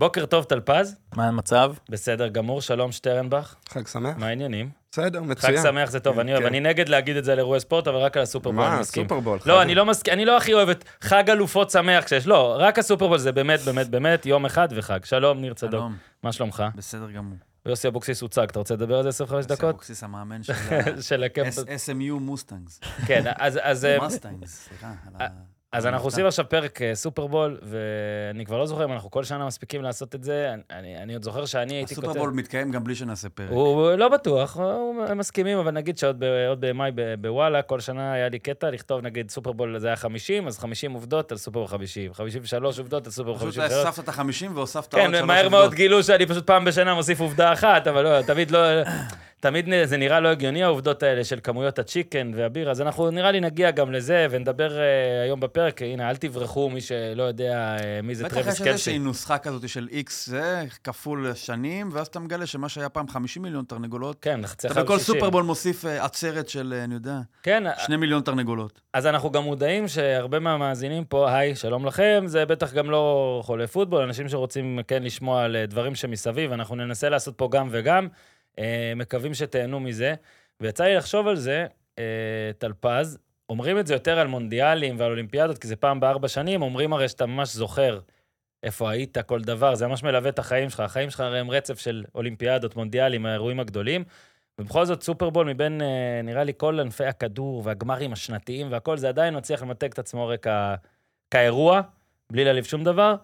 בוקר טוב, טל פז. מה המצב? בסדר גמור, שלום שטרנבך. חג שמח. מה העניינים? בסדר, אה, מצוין. חג שמח זה טוב, כן, אני אוהב. כן. אני נגד להגיד את זה על אירועי ספורט, אבל רק על הסופרבול אני מה, מסכים. סופרבול. חג- לא, אני לא מסכים, אני לא הכי אוהב את חג אלופות שמח כשיש. לא, רק הסופרבול זה באמת, באמת, באמת, יום אחד וחג. שלום, ניר צדוק. שלום, מה שלומך? בסדר גמור. יוסי אבוקסיס הוצג, אתה רוצה לדבר על זה 25 יוסי דקות? אבוקסיס המאמן של של הקמפ... ה-SMU מוסטנגס. כן, אז- אז... אה, מוסטנגס, סליחה. על ה- אז אנחנו מוסטנג. עושים עכשיו פרק אה, סופרבול, ואני כבר לא זוכר אם אנחנו כל שנה מספיקים לעשות את זה. אני- אני אני עוד זוכר שאני הייתי כותב... הסופרבול מתקיים גם בלי שנעשה פרק. הוא לא בטוח, הוא- הם מסכימים, אבל נגיד שעוד ב- עוד במאי ב- בוואלה, כל שנה היה לי קטע לכתוב, נגיד, סופרבול זה היה 50, אז 50 עובדות על סופרבול 50, 53 עובדות על סופרבול פשוט 53. הוספת את החמישים והוספת עוד שלוש כן, מהר מאוד גילו שאני פשוט פעם בשנה מוסיף עובדה אחת, אבל לא, תמיד לא... תמיד נ- זה נראה לא הגיוני, העובדות האלה של כמויות הצ'יקן והבירה, אז אנחנו נראה לי נגיע גם לזה, ונדבר אה, היום בפרק, הנה, אל תברחו מי שלא יודע אה, מי זה בטח טרוויס יש איזושהי קלסי. נוסחה כזאת של איקס זה, כפול שנים, ואז אתה מגלה שמה שהיה פעם 50 מיליון תרנגולות, כן, נחצה אתה בכל סופרבול מוסיף אה, עצרת של, אה, אני יודע, כן, שני מיליון תרנגולות. אז אנחנו גם מודעים שהרבה מהמאזינים פה, היי, שלום לכם, זה בטח גם לא חולה פוטבול, אנשים שרוצים כן לשמוע על אה, דברים שמסביב, אנחנו ננסה לעשות פה גם וגם, אה, מקווים שתהנו מזה. ויצא לי לחשוב על זה, אה, טל פז, אומרים את זה יותר על מונדיאלים ועל אולימפיאדות, כי זה פעם בארבע שנים, אומרים הרי שאתה ממש זוכר איפה היית, כל דבר, זה ממש מלווה את החיים שלך, החיים שלך הרי הם רצף של אולימפיאדות, מונדיאלים, האירועים הגדולים. ובכל זאת, סופרבול מבין, אה, נראה לי, כל ענפי הכדור והגמרים השנתיים והכל, זה עדיין מצליח למתג את עצמו הרי כ- כאירוע, בלי להעליב שום דבר.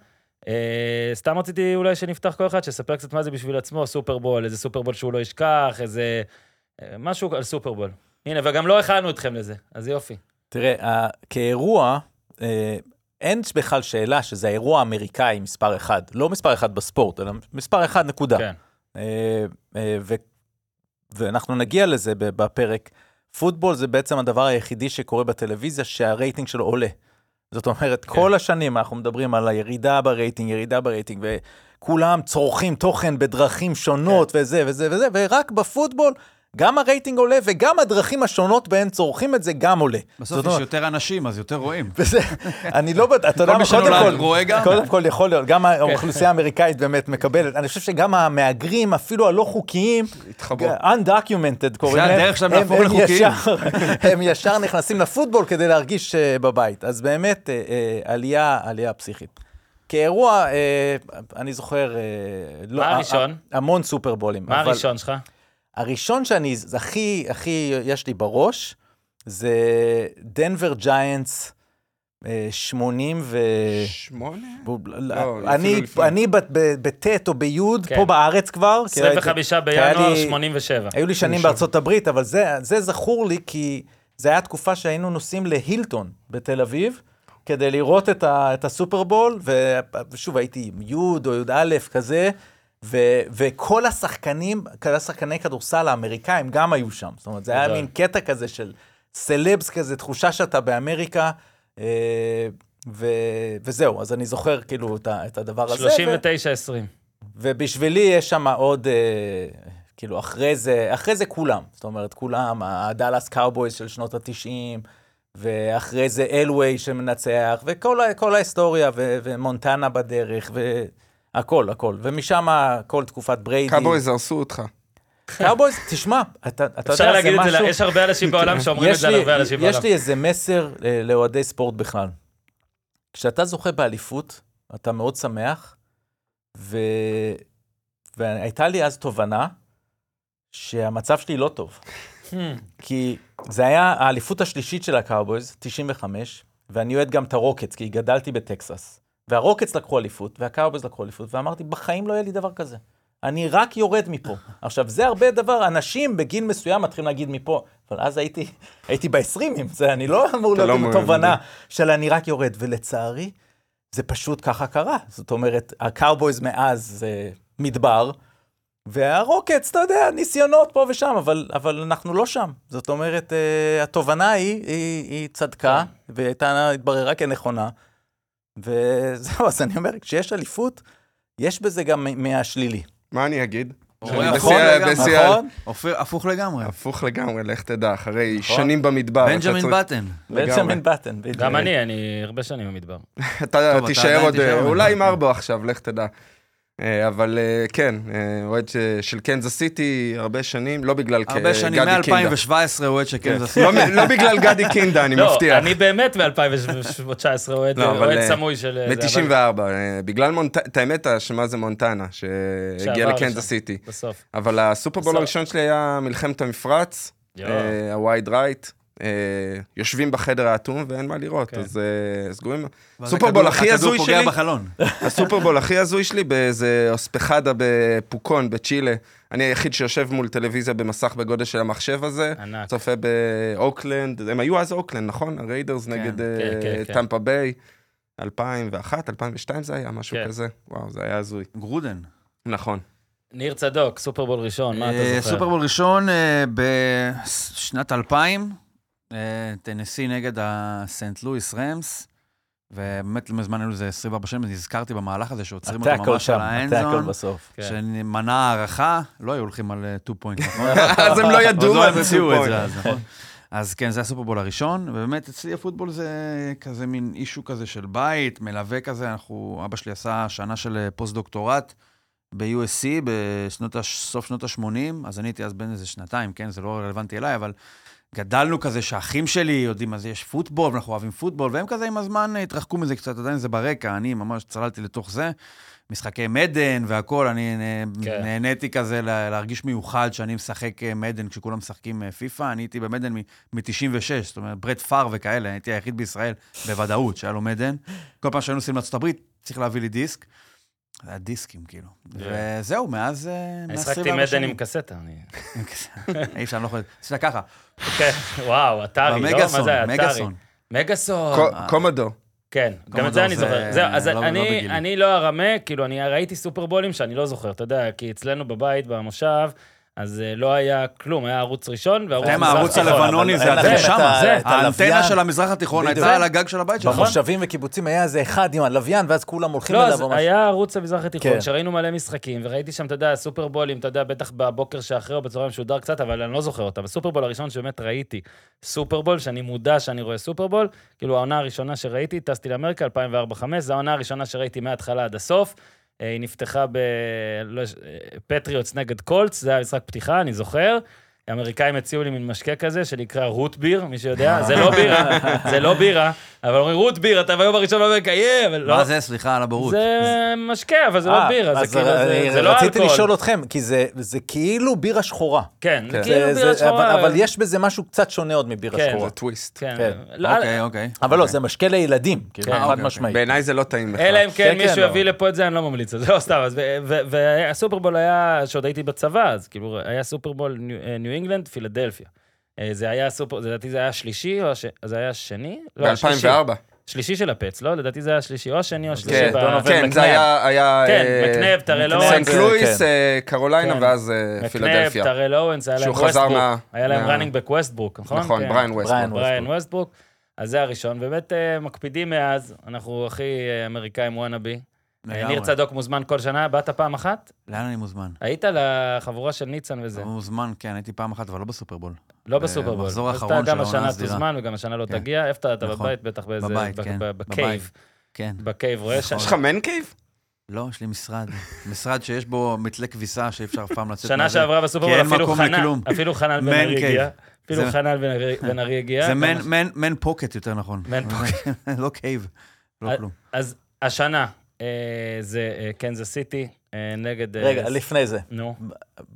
אה, סתם רציתי אולי שנפתח כל אחד, שיספר קצת מה זה בשביל עצמו, סופרבול, איזה סופרבול שהוא לא ישכח, איזה... אה, משהו על סופרבול. הנה, וגם לא הכנו אתכם לזה, אז יופי. תראה, ה- כאירוע, אה, אין בכלל שאלה שזה האירוע האמריקאי מספר אחד. לא מספר אחד בספורט, אלא מספר אחד, נקודה. כן. אה, אה, ו- ואנחנו נגיע לזה ב- בפרק. פוטבול זה בעצם הדבר היחידי שקורה בטלוויזיה שהרייטינג שלו עולה. זאת אומרת, כן. כל השנים אנחנו מדברים על הירידה ברייטינג, ירידה ברייטינג, וכולם צורכים תוכן בדרכים כן. שונות וזה וזה וזה, ורק בפוטבול גם הרייטינג עולה וגם הדרכים השונות בהן צורכים את זה גם עולה. בסוף זאת יש אומרת- יותר אנשים, אז יותר רואים. וזה, אני לא בטוח, אתה יודע כל מה, מי קודם שנולד כל, רואה גם. כן. קודם כל יכול להיות, גם האוכלוסייה האמריקאית באמת מקבלת, אני חושב שגם המהגרים, אפילו הלא חוקיים, התחברו. undocumented קוראים להם, הדרך שלהם הם- להפוך הם לחוקיים. ישר- הם ישר נכנסים לפוטבול כדי להרגיש אה, בבית, אז באמת אה, אה, עלייה, עלייה פסיכית. כאירוע, אה, אני זוכר, אה, לא- מה ה- הראשון? ה- המון סופרבולים. מה אבל- הראשון שלך? הראשון שאני, זה הכי, הכי יש לי בראש, זה דנבר ג'יינטס, 80 ו... שמונה? לא, אפילו אני, לפני. אני בת- ב- בט' או בי', כן. פה בארץ כבר. כי הייתי- 25 כי היה בינואר לי- 87. היו לי שנים בארצות הברית, אבל זה, זה זכור לי כי זה היה תקופה שהיינו נוסעים להילטון בתל אביב, כדי לראות את, ה, את הסופרבול, ו- ושוב, הייתי י' או י"א כזה, ו, וכל השחקנים, כל השחקני כדורסל האמריקאים גם היו שם. זאת אומרת, זה היה גדול. מין קטע כזה של סלבס כזה, תחושה שאתה באמריקה. אה, ו... וזהו, אז אני זוכר כאילו את, ה... את הדבר הזה. ו- 39-20. ובשבילי יש שם עוד, אה, כאילו, אחרי זה, אחרי זה כולם. זאת אומרת, כולם, הדאלאס קאובויז של שנות ה-90, ואחרי זה אלווי שמנצח, וכל ה- כל ההיסטוריה, ו- ומונטנה בדרך, והכל, הכל. ומשם כל תקופת בריידי. קאבויז הרסו אותך. קאובויז, תשמע, אתה, אתה אפשר יודע, זה להגיד את זה, משהו... ל- יש הרבה אנשים בעולם שאומרים את יש זה על הרבה לי, אנשים בעולם. יש לי איזה מסר אה, לאוהדי ספורט בכלל. כשאתה זוכה באליפות, אתה מאוד שמח, ו... והייתה לי אז תובנה שהמצב שלי לא טוב. Hmm. כי זה היה האליפות השלישית של הקאובויז, 95, ואני אוהד גם את הרוקטס, כי גדלתי בטקסס. והרוקטס לקחו אליפות, והקאובויז לקחו אליפות, ואמרתי, בחיים לא יהיה לי דבר כזה. אני רק יורד מפה. עכשיו, זה הרבה דבר, אנשים בגיל מסוים מתחילים להגיד מפה, אבל אז הייתי, הייתי בעשרים עם זה, אני לא אמור אתה להיות לא עם אמור תובנה להיות. של אני רק יורד. ולצערי, זה פשוט ככה קרה. זאת אומרת, הקאובויז מאז זה מדבר, והרוקטס, אתה יודע, ניסיונות פה ושם, אבל, אבל אנחנו לא שם. זאת אומרת, אה, התובנה היא, היא, היא צדקה, כן. והייתה, התבררה כנכונה. וזהו, אז אני אומר, כשיש אליפות, יש בזה גם מ- מהשלילי. מה אני אגיד? נכון, שאני נכון, בשיא ה- לגמרי. בשיא ה- נכון? אופיר, הפוך לגמרי. הפוך לגמרי, לך תדע, אחרי נכון. שנים במדבר. אתה בנג'מין צריך- בטן. לגמרי. בנג'מין נכון? בטן, בדיוק. גם אני, אני הרבה שנים במדבר. אתה אתה תישאר עדיין עוד, תישאר אה, עוד. אולי עם ארבע עכשיו, לך תדע. אה, אבל אה, כן, אה, אוהד ש- של קנזס סיטי הרבה שנים, לא בגלל כ- הרבה שנים, גדי קינדה. מ-2017 הוא עד שקנזס לא מ- לא בגלל גדי קינדה, אני לא, מבטיח. אני באמת ב-2019 אוהד לא, אבל, אוהד אה, סמוי של... זה, אבל ב-94, אה, בגלל מונטנה, את האמת, האשמה זה מונטנה, שהגיע שעבר לקנזס לשם. סיטי. בסוף. אבל הסופרבול בסדר. הראשון שלי היה מלחמת המפרץ, יואו. אה, הווייד רייט. אה, יושבים בחדר האטום ואין מה לראות, כן. אז אה, סגורים. ואז סופרבול הכדור- הכי הזוי הכדור שלי, פוגע בחלון. הסופרבול הכי הזוי שלי באיזה אוספחדה בפוקון, בצ'ילה. אני היחיד שיושב מול טלוויזיה במסך בגודל של המחשב הזה. ענק. צופה באוקלנד, הם היו אז אוקלנד, נכון? הריידרס כן, נגד כן, אה, כן, כן. טמפה ביי, 2001, 2002 זה היה, משהו כן. כזה. וואו, זה היה הזוי. גרודן. נכון. אה. ניר צדוק, סופרבול ראשון, מה אה, אתה זוכר? סופרבול ראשון אה, בשנת 2000, אה, טנסי נגד הסנט לואיס רמס, ובאמת לא מזמן היו איזה 24 שנים, נזכרתי במהלך הזה שעוצרים אותו הטאקל ממש שם, על הטאקל האנזון, בסוף. כן. שמנע הערכה, לא היו הולכים על 2 פוינט, נכון? אז הם לא עוד ידעו לא מה זה המציאו את סופרבול. זה אז, נכון? אז כן, זה הסופרבול הראשון, ובאמת אצלי הפוטבול זה כזה מין אישו כזה של בית, מלווה כזה, אנחנו, אבא שלי עשה שנה של אה, פוסט-דוקטורט ב-USC, בשנות, הש- סוף שנות ה-80, אז אני הייתי אז בן איזה שנתיים, כן, זה לא רלוונטי אליי, אבל גדלנו כזה שאחים שלי יודעים מה זה יש פוטבול, ואנחנו אוהבים פוטבול, והם כזה עם הזמן אה, התרחקו מזה קצת, עדיין זה ברקע, אני ממש צללתי לתוך זה. משחקי מדן והכול, אני נה- כן. נהניתי כזה לה- להרגיש מיוחד שאני משחק אה, מדן כשכולם משחקים אה, פיפא. אני הייתי במדן מ-96, זאת אומרת, ברט פאר וכאלה, הייתי היחיד בישראל, בוודאות, שהיה לו מדן. כל פעם שהיינו נוסעים לארצות הברית, צריך להביא לי דיסק. זה היה דיסקים, כאילו. וזהו, מאז... אה, אני מאז שחקתי 24 מדן שנים. עם קסטה. אני- אי אפשר, אני לא יכול... עשית ככה, כן, וואו, אתרי, לא? מה במגאסון, זה היה? אתרי. מגאסון. מגאסון. קו- קומודו. כן, גם את קומודור זה אני זה- זוכר. זהו, אז לא- לא אני- בגילי. אני לא ארמה, כאילו, אני ראיתי סופרבולים שאני לא זוכר, אתה יודע, כי אצלנו בבית, במושב, אז אה, לא היה כלום, היה ערוץ ראשון וערוץ אתם מזרח הערוץ תיכון. הלבנוני אבל זה אין אתם לכם את שמה, ה- זה. את נכון. הלוויין. האנטנה של המזרח התיכון בדיוק. הייתה על הגג של הבית שלך. במושבים וקיבוצים היה איזה אחד עם הלוויין, ואז כולם הולכים לא, אליו. אז או משהו. היה ערוץ המזרח התיכון, כן. שראינו מלא משחקים, וראיתי שם, אתה יודע, סופרבולים, אתה יודע, בטח בבוקר שאחרי או בצהריים משודר קצת, אבל אני לא זוכר אותם. הסופרבול הראשון שבאמת ראיתי סופרבול, שאני מודע שאני רואה סופרבול, כאילו העונה הראשונה שראיתי, טסתי לאמריקה, 2004-2005, זו העונה הראשונה שראיתי מההתחלה עד הסוף. אה, היא נפתחה ב... לא, יש- אה, פטריוטס נגד קולטס, זה היה משחק פתיחה, אני זוכר. האמריקאים הציעו לי מין משקה כזה שנקרא רוט ביר, מי שיודע, זה לא בירה, זה לא בירה, אבל אומרים רוט ביר, אתה ביום הראשון באמריקה, יהיה, אבל לא... מה זה? סליחה על הבורות. זה משקה, אבל זה לא אה, בירה, אז זה כאילו, זה- אני זה לא אלכוהול. רציתי לשאול אתכם, כי זה- זה כאילו בירה שחורה. כן, זה כן. כאילו אה, זה- בירה זה- שחורה. אבל אבל יש בזה משהו קצת שונה עוד מבירה כן. שחורה. זה טוויסט. כן. כן. לא, אוקיי, אוקיי. אבל לא, זה משקה לילדים, כאילו, כן. חד אוקיי, משמעית. בעיניי זה לא טעים לך. אלא אם כן כן, מישהו כן, יביא לא. לפה את זה, אני לא ממליץ, זה לא סתם. אז ו- ו- והסופרבול היה, שעוד הייתי בצבא, אז כאילו, היה סופרבול ניו- אה, ניו אינגלנד, פילדלפיה. אה, זה היה סופר, לדעתי זה היה השלישי, או הש- זה היה השני? לא, השלישי. ב-2004. שלישי של הפץ, לא? לדעתי זה היה השלישי, או השני אוקיי. או השלישי. כן, ב- כן, זה היה... היה, כן, אה, מקנב, טרל מקנב, אורנס. סנט כן. לואיס, כן. אה, קרוליינה כן. ואז אה, מקנב, פילדלפיה. טרל אורנס, היה להם שהוא חזר ווסטבוק. מה- היה להם מה- ראנינג בק ווסטבוק, נכון? נכון, כן. בריין בריין ווסטבוק. בריין ווסטבוק. אז זה הראשון. באמת אה, מקפידים מאז, אנחנו הכי אה, אמריקאים וואנאבי. אה, לגמרי. ניר צדוק מוזמן כל שנה, באת פעם אחת? לאן אני מוזמן? היית לחבורה של ניצן וזה. אני מוזמן, כן, הייתי פעם אחת, אבל לא בסופרבול. לא בסופרבול. במחזור אז אתה אה, האחרון של גם העונה השנה הסדירה. תוזמן וגם השנה לא כן. תגיע. איפה אתה? אתה נכון. בבית בטח באיזה... בבית, ב- כן. ב- בקייב. בבית. כן. בקייב רואה שם. נכון. יש לך מן קייב? לא, יש לי משרד. משרד שיש בו מתלה כביסה שאי אפשר אף פעם לצאת שנה מזה. שעברה בסופרבול כי אין אפילו מקום חנן, לכלום. אפילו חנן בן Man ארי הגיע. cave. אפילו זה- חנן בן ארי- בן ארי הגיע. זה גם מן- הש- מן- מן פוקט יותר נכון. מן לא קייב. לא אז- כלום. אז השנה אה, זה אה, קנזס סיטי אה, נגד... אה, רגע, לפני זה. נו.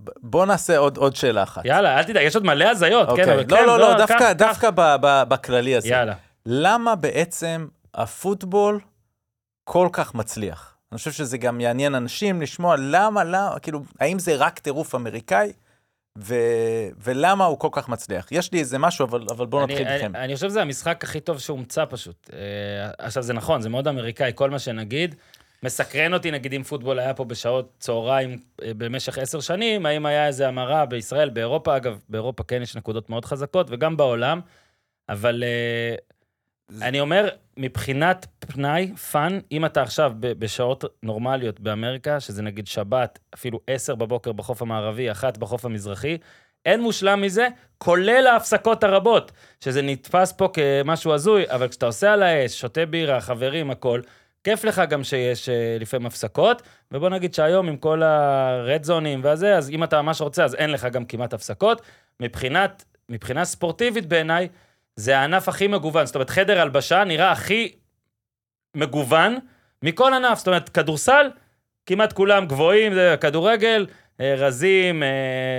ב- בוא נעשה עוד עוד שאלה אחת. יאללה, אל תדאג, יש עוד מלא הזיות, כן, אבל אוקיי. כן, לא, לא, לא, דווקא- קח, דווקא ב- ב- בכללי הזה. יאללה. למה בעצם הפוטבול כל כך מצליח? אני חושב שזה גם יעניין אנשים לשמוע למה, למה, כאילו, האם זה רק טירוף אמריקאי, ו... ולמה הוא כל כך מצליח. יש לי איזה משהו, אבל, אבל בואו אני- נתחיל איתכם. אני- אני חושב שזה המשחק הכי טוב שהומצא פשוט. אה, עכשיו, זה נכון, זה מאוד אמריקאי, כל מה שנגיד. מסקרן אותי, נגיד, אם פוטבול היה פה בשעות צהריים אה, במשך עשר שנים, האם היה איזה המרה בישראל, באירופה, אגב, באירופה כן יש נקודות מאוד חזקות, וגם בעולם, אבל אה, אני אומר, מבחינת פנאי, פאן, אם אתה עכשיו ב- בשעות נורמליות באמריקה, שזה נגיד שבת, אפילו עשר בבוקר בחוף המערבי, אחת בחוף המזרחי, אין מושלם מזה, כולל ההפסקות הרבות, שזה נתפס פה כמשהו הזוי, אבל כשאתה עושה על האש, שותה בירה, חברים, הכל, כיף לך גם שיש אה, לפעמים הפסקות, ובוא נגיד שהיום עם כל הרד זונים והזה, אז אם אתה ממש רוצה, אז אין לך גם כמעט הפסקות. מבחינת, מבחינה ספורטיבית בעיניי, זה הענף הכי מגוון. זאת אומרת, חדר הלבשה נראה הכי מגוון מכל ענף. זאת אומרת, כדורסל, כמעט כולם גבוהים, זה כדורגל, אה, רזים, אה,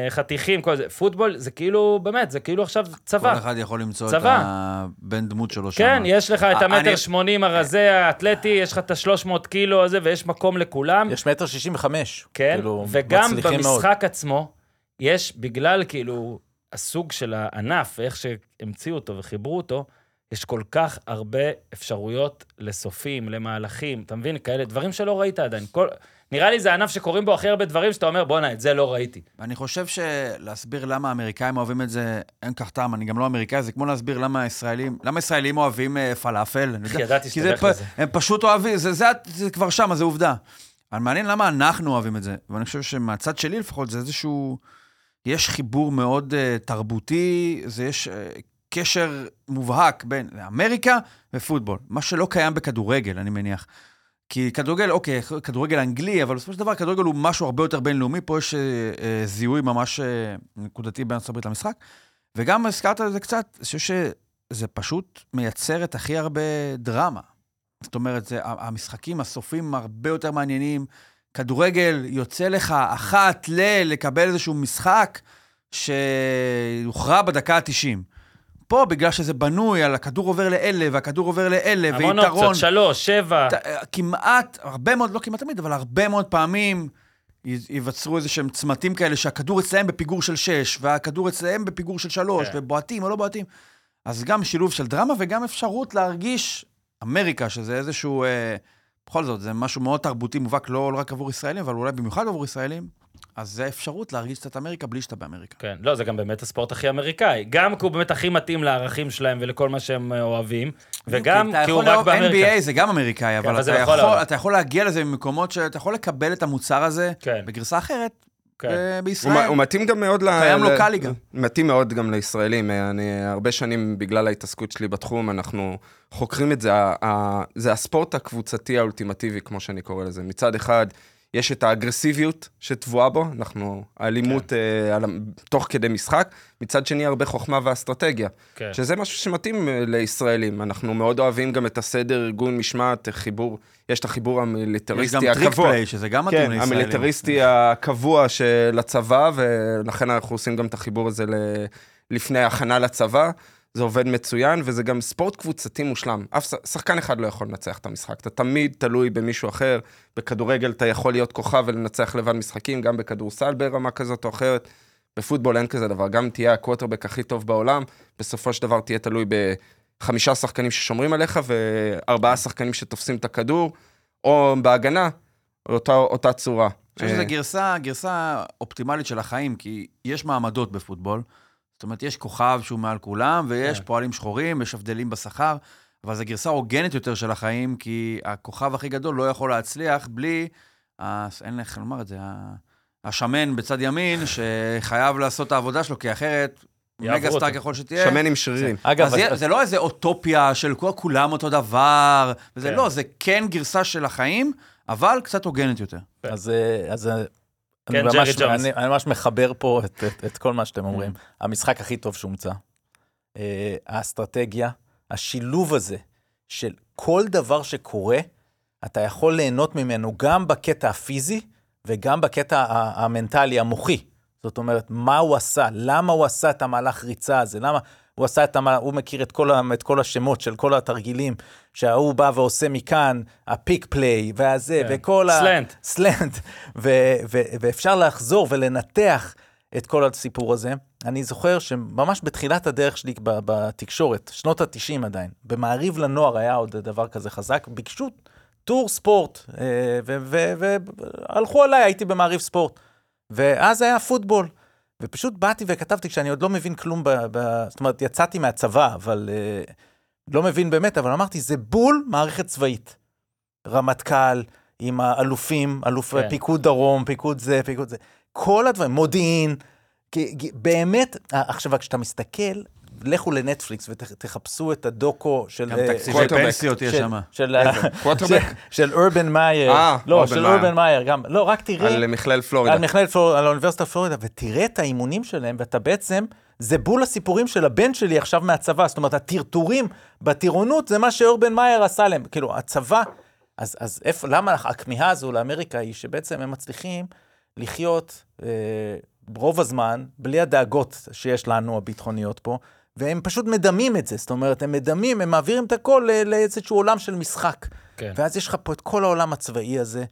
חתיכים, כל זה. פוטבול, זה כאילו, באמת, זה כאילו עכשיו כל צבא. אחד יכול למצוא את צבא. הבן דמות שלו שם. כן, יש לך את אה, המטר אני- שמונים הרזה האתלטי, יש לך את השלוש מאות קילו הזה, ויש מקום לכולם. יש מטר שישים וחמש. כן, כאילו, וגם מצליחים מאוד. במשחק עצמו, יש, בגלל כאילו הסוג של הענף, איך שהמציאו אותו וחיברו אותו, יש כל כך הרבה אפשרויות לסופים, למהלכים, אתה מבין? כאלה דברים שלא ראית עדיין. כל... נראה לי זה הענף שקורים בו הכי הרבה דברים, שאתה אומר, בואנה, את זה לא ראיתי. אני חושב שלהסביר למה האמריקאים אוהבים את זה, אין כך טעם, אני גם לא אמריקאי, זה כמו להסביר למה הישראלים, למה ישראלים אוהבים אה, פלאפל. אני יודע, ידעתי כי זה שתלך פ- לזה. הם פשוט אוהבים, זה, זה, זה כבר שם, זה עובדה. אבל מעניין למה אנחנו אוהבים את זה, ואני חושב שמהצד שלי לפחות, זה איזשהו... יש חיבור מאוד uh, תרבותי, זה יש uh, קשר מובהק בין אמריקה ופוטבול, מה שלא קיים בכדורגל, אני מניח. כי כדורגל, אוקיי, כדורגל אנגלי, אבל בסופו של דבר כדורגל הוא משהו הרבה יותר בינלאומי, פה יש אה, אה, זיהוי ממש אה, נקודתי בארצות הברית למשחק. וגם הזכרת את זה קצת, אני חושב שזה פשוט מייצר את הכי הרבה דרמה. זאת אומרת, זה, ה- המשחקים הסופים הרבה יותר מעניינים. כדורגל, יוצא לך אחת ל... לקבל איזשהו משחק שיוכרע בדקה ה-90. פה, בגלל שזה בנוי על הכדור עובר לאלה, והכדור עובר לאלה, המון ויתרון... אופציות, שלוש, שבע. ת- אה, כמעט, הרבה מאוד, לא כמעט תמיד, אבל הרבה מאוד פעמים י- ייווצרו איזה שהם צמתים כאלה שהכדור אצלהם בפיגור של 6, והכדור אצלהם בפיגור של 3, כן. ובועטים או לא בועטים. אז גם שילוב של דרמה וגם אפשרות להרגיש אמריקה, שזה איזשהו... אה, בכל זאת, זה משהו מאוד תרבותי מובהק, לא לא רק עבור ישראלים, אבל אולי במיוחד עבור ישראלים. אז זה האפשרות להרגיש קצת אמריקה בלי שאתה באמריקה. כן, לא, זה גם באמת הספורט הכי אמריקאי. גם כי הוא באמת הכי מתאים לערכים שלהם ולכל מה שהם אה, אוהבים, וגם אתה כי הוא כאילו יכול רק לאהוב באמריקה. כן, NBA זה גם אמריקאי, אבל אבל זה אתה בכל יכול- העולם. אתה יכול להגיע לזה ממקומות שאתה יכול לקבל את המוצר הזה כן. בגרסה אחרת, כן. ב- הוא מ- בישראל. הוא אה, מתאים גם מאוד ל... קיים ל- לוקאלי גם. מתאים מאוד גם לישראלים. אה, אני הרבה שנים, בגלל ההתעסקות שלי בתחום, אנחנו חוקרים את זה. ה- ה- זה הספורט הקבוצתי האולטימטיבי, כמו שאני קורא לזה. מצד אחד, יש את האגרסיביות שטבועה בו, אנחנו, האלימות אה, על ה- תוך כדי משחק. מצד שני, הרבה חוכמה ואסטרטגיה. כן. שזה משהו שמתאים אה, לישראלים. אנחנו מאוד אוהבים גם את הסדר, ארגון, משמעת, חיבור. יש את החיבור יש גם המיליטריסטי טריק הקבוע. פליי, שזה גם מתאים כן, לישראלים. המיליטריסטי הקבוע של הצבא, ולכן אנחנו עושים גם את החיבור הזה ל- לפני ההכנה לצבא. זה עובד מצוין, וזה גם ספורט קבוצתי מושלם. אף ש- שחקן אחד לא יכול לנצח את המשחק. אתה תמיד תלוי במישהו אחר. בכדורגל אתה יכול להיות כוכב ולנצח לבד משחקים, גם בכדורסל ברמה כזאת או אחרת. בפוטבול אין כזה דבר. גם תהיה הקווטרבק הכי טוב בעולם, בסופו של דבר תהיה תלוי בחמישה שחקנים ששומרים עליך וארבעה שחקנים שתופסים את הכדור, או בהגנה, אותה, אותה צורה. אני חושב אה, שזו גרסה, גרסה אופטימלית של החיים, כי יש מעמדות בפוטבול. זאת אומרת, יש כוכב שהוא מעל כולם, ויש כן. פועלים שחורים, יש הבדלים בשכר, אבל זו גרסה הוגנת יותר של החיים, כי הכוכב הכי גדול לא יכול להצליח בלי, ה- אין לי איך לומר את זה, ה- השמן בצד ימין, שחייב לעשות את העבודה שלו, כי אחרת, יעברו מגה סטאר אותו. ככל שתהיה, שמן עם שרירים. אגב, אז זה, אז- זה לא איזה אוטופיה של כל, כולם אותו דבר, וזה כן. לא, זה כן גרסה של החיים, אבל קצת הוגנת יותר. אז, אה, אז אה, אני, כן, ג'רי ממש, ג'ונס. Mm-hmm. אני, אני ממש מחבר פה את, את, את כל מה שאתם אומרים. המשחק הכי טוב שהומצא, אה, האסטרטגיה, השילוב הזה של כל דבר שקורה, אתה יכול ליהנות ממנו גם בקטע הפיזי וגם בקטע ה- המנטלי, המוחי. זאת אומרת, מה הוא עשה, למה הוא עשה את המהלך ריצה הזה, למה הוא עשה את המהלך, הוא מכיר את כל, ה- את כל השמות של כל התרגילים, שההוא בא ועושה מכאן, הפיק פליי, והזה, כן. וכל ה... סלנט. סלנט, ו- ו- ואפשר לחזור ולנתח את כל הסיפור הזה. אני זוכר שממש בתחילת הדרך שלי ב- בתקשורת, שנות ה-90 עדיין, במעריב לנוער היה עוד דבר כזה חזק, ביקשו אה, טור ספורט, והלכו עליי, הייתי במעריב ספורט. ואז היה פוטבול. ופשוט באתי וכתבתי כשאני עוד לא מבין כלום, ב, ב, זאת אומרת, יצאתי מהצבא, אבל אה, לא מבין באמת, אבל אמרתי, זה בול מערכת צבאית. רמטכ"ל, עם האלופים, אלוף כן. כן. פיקוד דרום, פיקוד זה, פיקוד זה. כל הדברים, מודיעין, כי- כי- באמת, אה, עכשיו, כשאתה מסתכל, לכו לנטפליקס ותחפשו את הדוקו של... גם אה, תקציבי קווטרבק. פנסיות יש של- שם. של ה- קווטרבק? של אורבן מאייר. אה, לא, אורבן של מאייר. אורבן מאייר גם. לא, רק תראה על מכלל על פלורידה. מכללת פלורידה, על האוניברסיטת פלורידה, ותראה את האימונים שלהם, ואתה בעצם, זה בול הסיפורים של הבן שלי עכשיו מהצבא. זאת אומרת, הטרטורים בטירונות זה מה שאורבן מאייר עשה להם. כאילו, הצבא, אז, אז איפה, למה הכמיהה הזו לאמריקה היא שבעצם הם מצליחים לחיות אה, רוב הזמן בלי הדאגות שיש לנו, הביטחוניות פה, והם פשוט מדמים את זה. זאת אומרת, הם מדמים, הם מעבירים את הכל ל- לאיזשהו עולם של משחק. כן. ואז יש לך פה את כל העולם הצבאי הזה,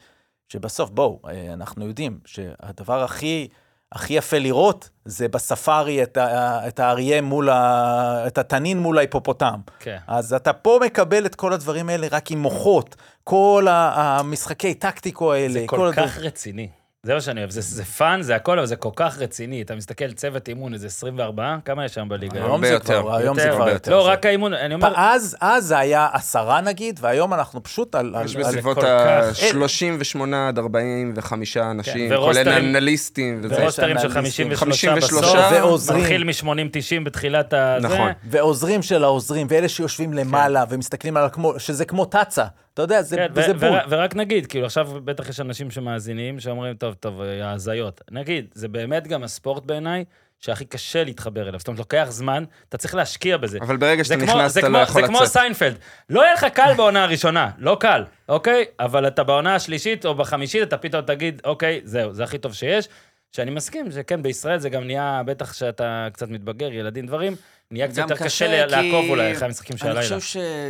שבסוף, בואו, אה, אנחנו יודעים שהדבר הכי, הכי יפה לראות זה בספארי את, ה, את האריה מול, ה, את התנין מול ההיפופוטם. כן. אז אתה פה מקבל את כל הדברים האלה רק עם מוחות, כל ה- המשחקי טקטיקו האלה. זה כל כל הדבר- כך רציני. זה מה שאני אוהב, זה- זה פאן, זה הכל, אבל זה כל כך רציני. אתה מסתכל, צוות אימון, איזה 24, כמה יש שם בליגה? היום זה הרבה כבר, יותר. היום זה כבר הרבה יותר. לא, זה- רק האימון, אני אומר, אז, אז זה היה עשרה נגיד, והיום אנחנו פשוט על... על- יש על- בסביבות כל כך- ה-38 עד 45 אנשים, כולל ורוסטרים- אנליסטים וזה. ורוסטרים של אנליסטים. 53 בסוף, 53, ועוזרים. מתחיל מ-80-90 בתחילת ה... זה. נכון. ועוזרים של העוזרים, ואלה כן. שיושבים למעלה ומסתכלים על כמו, שזה כמו תצה. אתה יודע, זה, כן, זה ו- בול. ור- ורק נגיד, כאילו עכשיו בטח יש אנשים שמאזינים שאומרים, טוב, טוב, אה, הזיות. נגיד, זה באמת גם הספורט בעיניי שהכי קשה להתחבר אליו. זאת אומרת, לוקח זמן, אתה צריך להשקיע בזה. אבל זה ברגע שאתה כמו- נכנס, זה אתה לא כמו- יכול זה כמו לצאת. סיינפלד. לא יהיה לך קל בעונה הראשונה, לא קל, אוקיי? אבל אתה בעונה השלישית או בחמישית, אתה פתאום תגיד, אוקיי, זהו, זה הכי טוב שיש. שאני מסכים שכן, בישראל זה גם נהיה, בטח שאתה קצת מתבגר, ילדים, דברים, נהיה קצת גם יותר קשה לעקוב אולי אחרי המשחקים של אני הלילה. חושב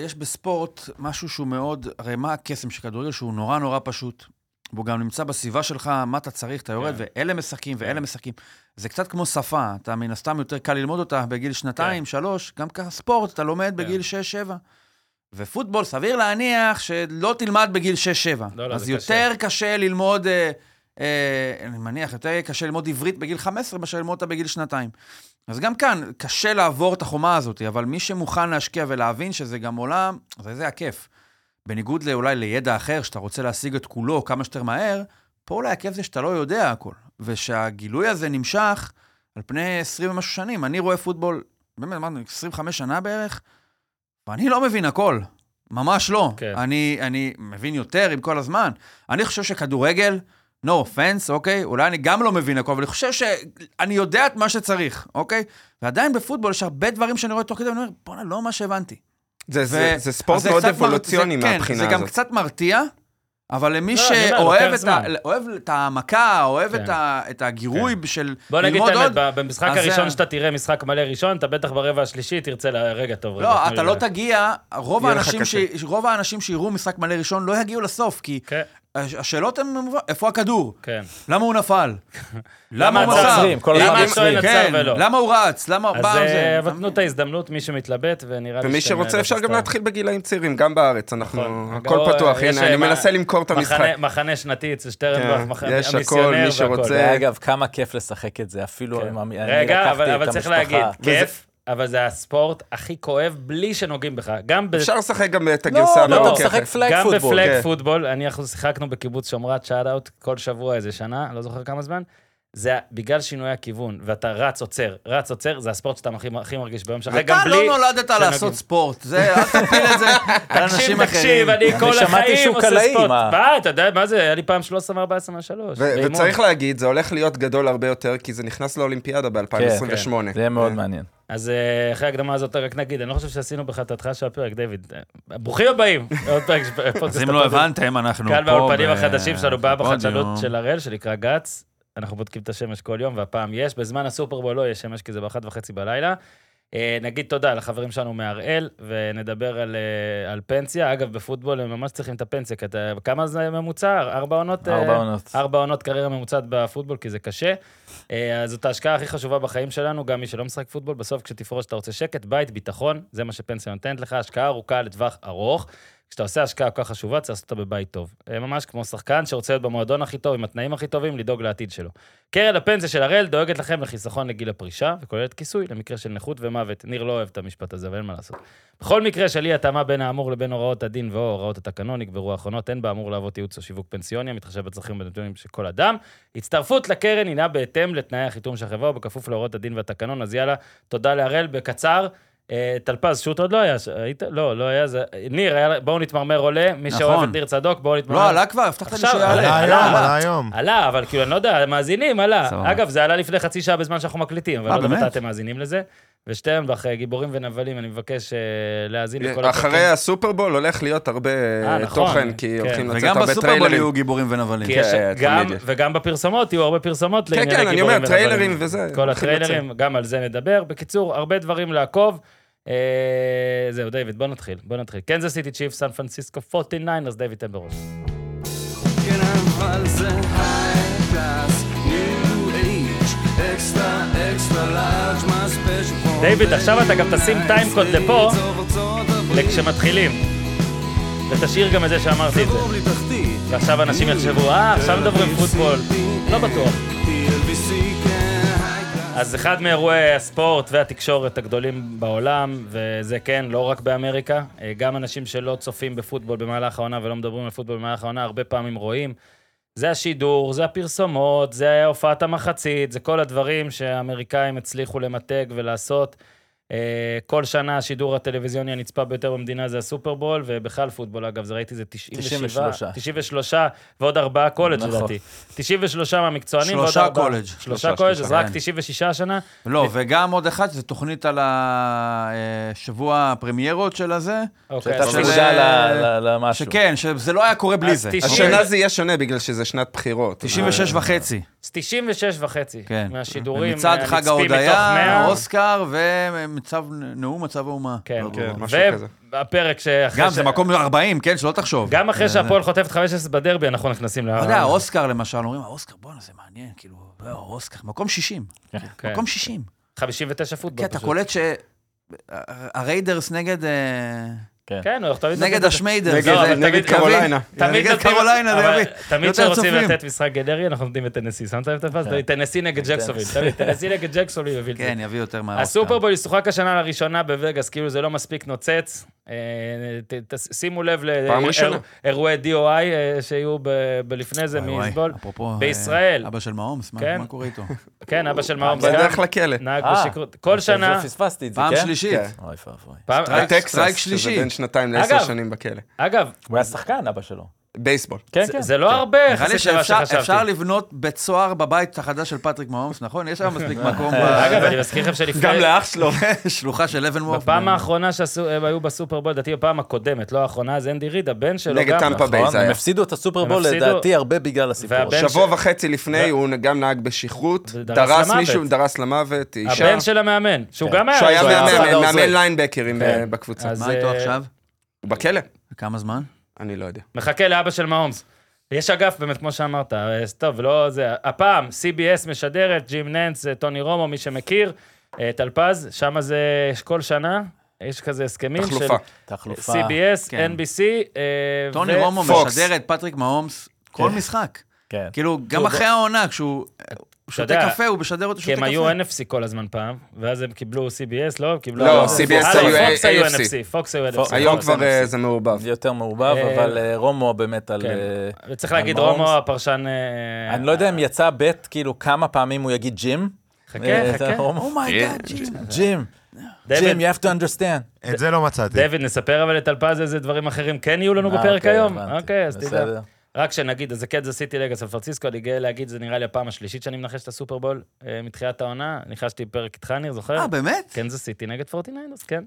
שיש בספורט משהו שהוא מאוד, הרי מה הקסם של כדורגל? שהוא נורא נורא פשוט. והוא גם נמצא בסביבה שלך, מה אתה צריך, אתה יורד, כן. ואלה משחקים ואלה משחקים. זה קצת כמו שפה, אתה מן הסתם יותר קל ללמוד אותה בגיל כן. שנתיים, שלוש, גם ככה ספורט, אתה לומד בגיל שש, שבע. ופוטבול, סביר להניח שלא תלמד בגיל 6-7. לא, לא, אז זה יותר קשה, ללמוד, אה, אה, אני מניח, יותר קשה ללמוד עברית בגיל 15 מאשר ללמוד אותה בגיל שנתיים. אז גם כאן, קשה לעבור את החומה הזאת, אבל מי שמוכן להשקיע ולהבין שזה גם עולם, זה זה הכיף. בניגוד לאולי לידע אחר, שאתה רוצה להשיג את כולו כמה שיותר מהר, פה אולי הכיף זה שאתה לא יודע הכל, ושהגילוי הזה נמשך על פני 20 ומשהו שנים. אני רואה פוטבול, באמת, אמרנו, 25 שנה בערך, ואני לא מבין הכל, ממש לא. כן. אני, אני מבין יותר עם כל הזמן. אני חושב שכדורגל, no offense, אוקיי? אולי אני גם לא מבין הכל, אבל אני חושב שאני יודע את מה שצריך, אוקיי? ועדיין בפוטבול יש הרבה דברים שאני רואה תוך כדי, ואני אומר, בואנה, לא מה שהבנתי. זה- זה ו- זה אז ספורט מאוד קצת מר- אבולוציוני זה- כן, מהבחינה זה גם הזאת. קצת מרתיע, אבל למי לא, אני אומר, שאוהב לוקח את, ה... זמן. אוהב את ההעמקה, אוהב כן. את, ה... את הגירוי של בוא נגיד את ללמוד האמת, עוד, ב- במשחק אה, אז זה- הראשון שאתה תראה משחק מלא ראשון, אתה בטח ברבע השלישי תרצה, ל- רגע, טוב, רגע. לא, תנו אתה לי לא ל- תגיע, רוב יהיה לך האנשים, ש... רוב האנשים שיראו משחק מלא ראשון לא יגיעו לסוף, כי כן, הש- השאלות הן, מובן- איפה הכדור? כן. למה הוא נפל? למה הוא עצר? מסר? עוצרים, כל למה הזמן השוער עוצרים. עצר כן, ולא? למה הוא רץ? למה... אז בא אה, זה- אבל תנו את ההזדמנות, מי שמתלבט, ונראה לי... ומי שאתם, שרוצה אה, אפשר גם בסדר. להתחיל בגילאים צעירים, גם בארץ, אנחנו, נכון. הכל בוא, פתוח, יש, הנה, אה, אני מה- מנסה למכור את המשחק. מחנה- מחנה שנתי אצל כן, שטרנבך, מח- יש הכל, המיסיונר מי והכל. שרוצה. ואגב, כמה כיף לשחק את זה, אפילו כן. עם המ- אני רגע, אבל- לקחתי את אבל צריך המשפחה. להגיד, וזה- כיף, אבל זה הספורט הכי כואב בלי שנוגעים בך. גם ב- אפשר לשחק גם את הגרסה לא, לא, אתה המרוככת. משחק פלאג גם פוטבול. בפלאג כן. פוטבול, אני, אנחנו שיחקנו בקיבוץ שומרת, שאט אאוט, כל שבוע איזה שנה, לא זוכר כמה זמן. זה בגלל שינוי הכיוון, ואתה רץ, עוצר, רץ, עוצר, זה הספורט שאתה הכי- הכי מרגיש ביום שלך, גם אתה בלי... לא נולדת שנוגעים. לעשות ספורט, זה, אל תפיל את זה על אנשים תקשיב, אחרים. תקשיב, אני אני כל שמעתי החיים שהוא עושה קלעי, ספורט. אה. מה? מה, אתה יודע מה זה, היה לי פעם 13 מ-14 מה-3. ו- וצריך להגיד, זה הולך להיות גדול הרבה יותר, כי זה נכנס לאולימפיאדה כן, ב-2028. כן, זה יהיה מאוד מעניין. אז אה, אחרי ההקדמה הזאת, רק נגיד, אני לא חושב שעשינו בכלל את ההתחלה של הפרק, דיוויד. אה, ברוכים הבאים. עוד פרק של פודקאסט אז אם לא הפודקאסט. הבנתם, אנחנו פה... כאן באולפנים ב- החדשים שלנו, באה בחדשנות בפודיום. של הראל, שנקרא גץ. אנחנו בודקים את השמש כל יום, והפעם יש. בזמן הסופרבול לא יש שמש, כי זה באחת וחצי בלילה. אה, נגיד תודה לחברים שלנו מהראל, ונדבר על, אה, על פנסיה. אגב, בפוטבול הם ממש צריכים את הפנסיה, כי אתה... כמה זה ממוצע? ארבע עונות? אה, ארבע עונות. ארבע עונות קריירה ממוצעת בפוטבול, כי זה קשה. אה, אז זאת ההשקעה הכי חשובה בחיים שלנו, גם מי שלא משחק פוטבול, בסוף כשתפרוש אתה רוצה שקט, בית, ביטחון, זה מה שפנסיה נותנת לך, השקעה ארוכה לטווח ארוך. כשאתה עושה השקעה כל כך חשובה, צריך לעשות אותה בבית טוב. אה, ממש כמו שחקן שרוצה להיות במועדון הכי טוב, עם התנאים הכי טובים, לדאוג לעתיד שלו. קרן הפנסיה של הראל דואגת לכם לחיסכון לגיל הפרישה, וכוללת כיסוי למקרה של נכות ומוות. ניר לא אוהב את המשפט הזה, אבל אין מה לעשות. בכל מקרה של אי התאמה בין האמור לבין הוראות הדין ואו הוראות התקנון נקבעו האחרונות, אין באמור להוות ייעוץ או שיווק פנסיוני, המתחשב בצרכים ובנתונים של כל אדם. הצטרפות לקרן הינה בהתאם לתנאי החיתום של החברה ובכפוף להוראות הדין והתקנון, אז יאללה, תודה להראל, בקצר. אה, טלפז, שוט עוד לא היה, ש- היית? לא, לא היה זה. ניר, היה- בואו נתמרמר עולה, מי שאוהב נכון. את ניר צדוק, בואו נתמרמר. לא, עלה כבר, הבטחת לי עכשיו, שיעלה. עלה, עלה היום, עלה. עלה היום. עלה, אבל כאילו, אני לא יודע, מאזינים, עלה. סבבה. אגב, זה עלה לפני חצי שעה בזמן שאנחנו מקליטים, אבל אה, לא יודע מתי באמת? אתם מאזינים לזה. ושטרנבך, אה, גיבורים ונבלים, אני מבקש אה, להאזין לכל אה, אחרי הסופרבול הולך להיות הרבה אה, נכון, תוכן, כי כן. הולכים לצאת וגם הרבה בסופרבול טריילרים. יהיו גיבורים ונבלים. כי יש כן, גם, תמיד יש. וגם בפרסומות, יהיו הרבה פרסומות כן, כן, אני אומר, ונבלים. טריילרים וזה. כן, כל הטריילרים, גם על זה נדבר. בקיצור, הרבה דברים לעקוב. אה, זהו, דיוויד, בוא נתחיל, בוא נתחיל. קנזס סיטי צ'יפ, סן פרנסיסקו 49, אז דיוויד תן בראש. כן, אבל זה הייטס, ניו אייג', אקסטרה, אקסטרה לארג', מה ספיישל פור. דיוויד, עכשיו אתה גם תשים טיימקוד לפה, כשמתחילים. ותשאיר גם את זה שאמרתי את זה. ועכשיו אנשים יחשבו, אה, עכשיו מדברים פוטבול. לא בטוח. אז אחד מאירועי הספורט והתקשורת הגדולים בעולם, וזה כן, לא רק באמריקה, אה, גם אנשים שלא צופים בפוטבול במהלך העונה ולא מדברים על פוטבול במהלך העונה, הרבה פעמים רואים. זה השידור, זה הפרסומות, זה הופעת המחצית, זה כל הדברים שהאמריקאים הצליחו למתג ולעשות. אה, כל שנה השידור הטלוויזיוני הנצפה ביותר במדינה זה הסופרבול, ובכלל פוטבול, אגב, זה ראיתי, זה 97, 93. 93 ועוד ארבעה קולג' נכון. לדעתי. 93 מהמקצוענים ועוד שלושה ארבעה. קולג'. שלושה שלושה, קולג', אז שלושה, רק כן. 96 השנה. לא, וגם עוד אחת, זו תוכנית על השבוע הפרמיירות של הזה. אוקיי, שהייתה אז שזה- צמודה ל- אה, ל- למשהו. שכן, שזה לא היה קורה בלי אז זה. תשעים. השנה זה יהיה שונה בגלל שזה שנת בחירות. 96 וחצי, אז 96 וחצי כן. מהשידורים אה, מצד חג הנצפים מתוך ההודיה, 100. אוסקר ומצב נאום מצב האומה. כן, לא, לא, כן, לא. משהו כזה. והפרק שאחרי... גם, ש- זה מקום 40, כן? שלא תחשוב. גם אחרי זה- שהפועל חוטפת 15 בדרבי, אנחנו נכנסים ל... אתה יודע, האוסקר למשל, אומרים, האוסקר, בואנה, זה מעניין, כאילו, לא, האוסקר, מקום 60. כן. מקום 60. 59 פוטבול. כן, אתה פשוט. קולט שהריידרס נגד... אה, כן, הוא תמיד... נגד השמיידרס. נגד- זה- לא, אבל זה- תמיד- נגד קרוליינה. נגד נותנים- קרוליינה, אבל זה יביא. תמיד יותר כשרוצים צופים. לתת משחק גנרי, אנחנו נותנים את טנסי. שמת לב את הפס? טנסי נגד ג'קסוביל. תמיד, טנסי נגד ג'קסוביל יוביל את זה. כן, יביא יותר מהאוסקר. הסופרבול ישוחק השנה לראשונה בווגאס, כאילו זה לא מספיק נוצץ. אה, ת- ת- שימו לב אה, פעם ראשונה. לאירועי DOI אה, שיהיו ב- בלפני זה, וואי, וואי, מיסבול. אפרופו, אה, בישראל. אבא של מעומס, מה כן. מה קורה איתו? כן, אבא של מאור זה מסגן, דרך לכלא. נהג אה, בשכרות. כל עכשיו שנה... פספסתי את זה, כן? פעם שלישית. כן. אוי ואבוי. פעם- סטרייק. טקסס, סטרייק שזה שלישי. בין שנתיים לעשר אגב. שנים בכלא. אגב, הוא היה שחקן, אבא שלו. בייסבול. כן, זה- כן. זה לא הרבה נראה לי יחסית למה שאפשר שחשבתי. אפשר לבנות בית סוהר בבית החדש של פטריק מעומס, נכון? יש שם מספיק מקום. ב- אה, אגב, אני מזכיר לכם שלפני... גם לאח שלו. שלוחה של לבנוורף. בפעם האחרונה שהם היו בסופרבול, לדעתי בפעם הקודמת, לא האחרונה, אז אנדי ריד, הבן שלו גם... נגד טמפה ביי נכון, זה הם היה. הפסידו את הסופרבול הם הפסידו- לדעתי הרבה בגלל הסיפור והבן- הזה. ש- שבוע וחצי לפני הוא גם נהג בשכרות, ודרס דרס למוות. מישהו, דרס למוות, אישה, הבן של המאמן, שהוא גם היה... שהיה שהוא היה- מהמם. מאמן, העוזר. מאמן ליינבקרים אה, בקבוצה. כן. אז, מה איתו אה, עכשיו? הוא בכלא? כמה זמן? אני לא יודע. מחכה לאבא של מעומס. יש אגף, באמת, כמו שאמרת, אה, טוב, לא זה... הפעם, CBS משדרת, ג'ים ננס, אה, טוני רומו, מי שמכיר, אה, טלפז, שם זה יש כל שנה, יש כזה הסכמים של... תחלופה. תחלופה. CBS, כן. NBC, אה, טוני ו- רומו פוקס. משדר את פטריק מעומס כל משחק. כן. כאילו, גם הוא- אחרי העונה, כשהוא אה, הוא יודע, שותה קפה, הוא משדר אותו כי שותה הם קפה. היו NFC כל הזמן פעם, ואז הם קיבלו CBS, לא? הם קיבלו... לא, אה, CBS אה, לא, היו Fox היו AFC. NFC. פוקס היו פוקס. NFC. היום Fox כבר היו אה, NFC. זה מעורבב. זה יותר מעורבב, אה, אבל אה, רומו באמת על... כן. אה, וצריך על להגיד, מעומס. רומו הפרשן... אה, אני לא יודע אם יצא בית, כאילו, כמה פעמים הוא יגיד ג'ים. אה, חכה, חכה. Oh אומייגאד, ג'ים. "Oh ג'ים, ג'ים, דוד, you have to understand. את זה לא מצאתי. דוד, נספר אבל לטלפז איזה דברים אחרים כן יהיו לנו אוקיי. אה, בפרק אוקיי, היום? הבנתי. אוקיי, אז תדע. בסדר. רק שנגיד, אז זה קנזס סיטי לגה סן פרנסיסקו, אני גאה להגיד, זה נראה לי הפעם השלישית שאני מנחש את הסופרבול אה, מתחילת העונה. ניחשתי פרק איתך, ניר, זוכר? אה, באמת? קנזס סיטי נגד 49ers, כן.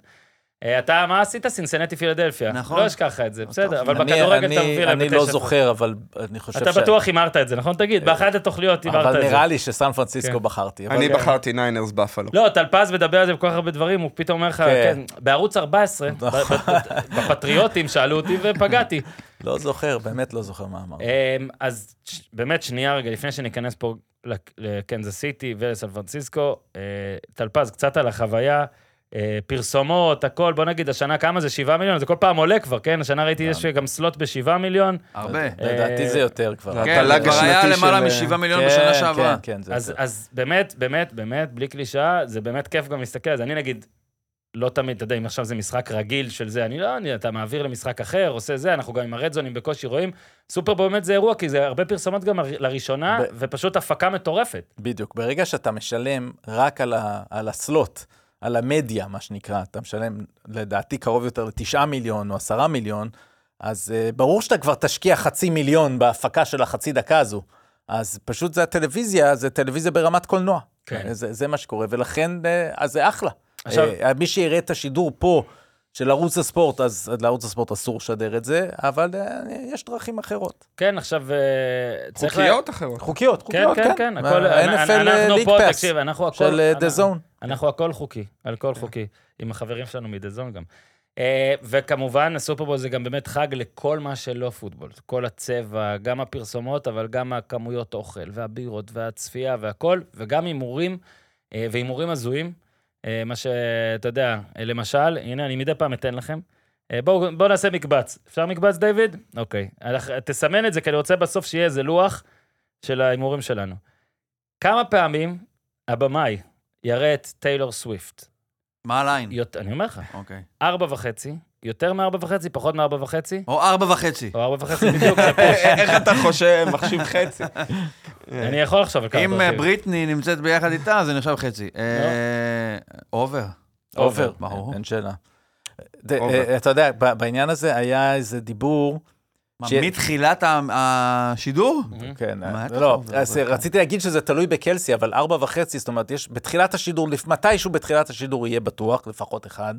אה, אתה, מה עשית? סינסנטי פילדלפיה. נכון. נכון. לא אשכח לך את זה, בסדר. אבל אני- בכדורגל אני- אתה מוביל להם אני לא בתשע. זוכר, אבל אני חושב ש... אה, אתה בטוח הימרת את זה, נכון? תגיד, באחת התוכניות הימרת אבל את זה. נראה לי שסן פרנסיסקו כן. בחרתי. אבל- אני כן. בחרתי ניינרס באפלו. לא, טלפז מדבר על זה בכל כך הרבה דברים, הוא פתאום אומר לך, כן, כן. נכון. בערוץ 14, ב- ב- בפטריוטים שאלו אותי ופגעתי. לא זוכר, באמת לא זוכר מה אה, אמרתי. אמ, אז ש- באמת, שנייה רגע, לפני שניכנס פה לק- לקנזס סיטי ולסן פרנסיסקו, אה, טלפז, קצת על החוויה. אה, פרסומות, הכל, בוא נגיד, השנה כמה זה? 7 מיליון? זה כל פעם עולה כבר, כן? השנה ראיתי, יש גם סלוט ב-7 מיליון. הרבה. לדעתי זה יותר כבר. כן, כן, זה התל"ג כבר היה השנתי למעלה של- משבעה מיליון כן, בשנה כן, שעברה. כן, זה אז, יותר. אז באמת, באמת, באמת, בלי קלישאה, זה באמת כיף גם להסתכל על זה. אני נגיד, לא תמיד, אתה יודע, אם עכשיו זה משחק רגיל של זה, אני לא, אני, אתה מעביר למשחק אחר, עושה זה, אנחנו גם עם הרדזונים בקושי רואים. סופרבול באמת זה אירוע, כי זה הרבה פרסומות גם הר- לראשונה, ב- ופשוט הפקה מטורפת. בדיוק. ברגע שאתה משלם רק על, ה, על הסלוט, על המדיה, מה שנקרא, אתה משלם לדעתי קרוב יותר לתשעה מיליון או עשרה מיליון, אז uh, ברור שאתה כבר תשקיע חצי מיליון בהפקה של החצי דקה הזו. אז פשוט זה הטלוויזיה, זה טלוויזיה ברמת קולנוע. אה, כן. זה, זה מה שקורה, ולכן, אה, אז זה אחלה. עכשיו- עכשיו, מי שיראה את השידור פה של ערוץ הספורט, אז לערוץ הספורט אסור לשדר את זה, אבל אה, יש דרכים אחרות. כן, עכשיו... אה, צריך לה- חוקיות אחרות. חוקיות, כן, חוקיות, כן, כן. כן, מה- הכל... NFL אנחנו אה, League פה, Pass תקשיב, אנחנו הכל... של אנחנו- דה זון. אנחנו הכל חוקי, הכל חוקי, עם החברים שלנו מדזון גם. אה, וכמובן, הסופרבול זה גם באמת חג לכל מה שלא פוטבול. כל הצבע, גם הפרסומות, אבל גם הכמויות אוכל, והבירות, והצפייה, והכל, וגם הימורים, אה, והימורים הזויים. אה, מה שאתה יודע, אה, למשל, הנה, אני מדי פעם אתן לכם. אה, בואו בוא נעשה מקבץ. אפשר מקבץ, דיוויד? אוקיי. אנחנו- תסמן את זה, כי אני רוצה בסוף שיהיה איזה לוח של ההימורים שלנו. כמה פעמים הבמאי יראה את טיילור סוויפט? כן. מה הליין? יות... אני אומר לך, אוקיי. ארבע וחצי, יותר מארבע וחצי, פחות מארבע וחצי, או ארבע וחצי. או ארבע וחצי בדיוק, זה פוש. איך אתה חושב, מחשיב חצי. אני יכול לחשוב על כמה אם אה, דרכים. בריטני נמצאת ביחד איתה, זה נחשב חצי. לא. אה, אובר. אובר, ברור. אין- אין שאלה. ד- אובר. אה, אתה יודע, ב- בעניין הזה היה איזה דיבור, מה, ש- מתחילת ה- השידור? כן, Mm-hmm. מה אה, אתה לא, חושב? אז אה, כן. רציתי להגיד שזה תלוי בקלסי, אבל ארבע וחצי, זאת אומרת, יש בתחילת השידור, לפ- מתישהו בתחילת השידור יהיה בטוח, לפחות אחד,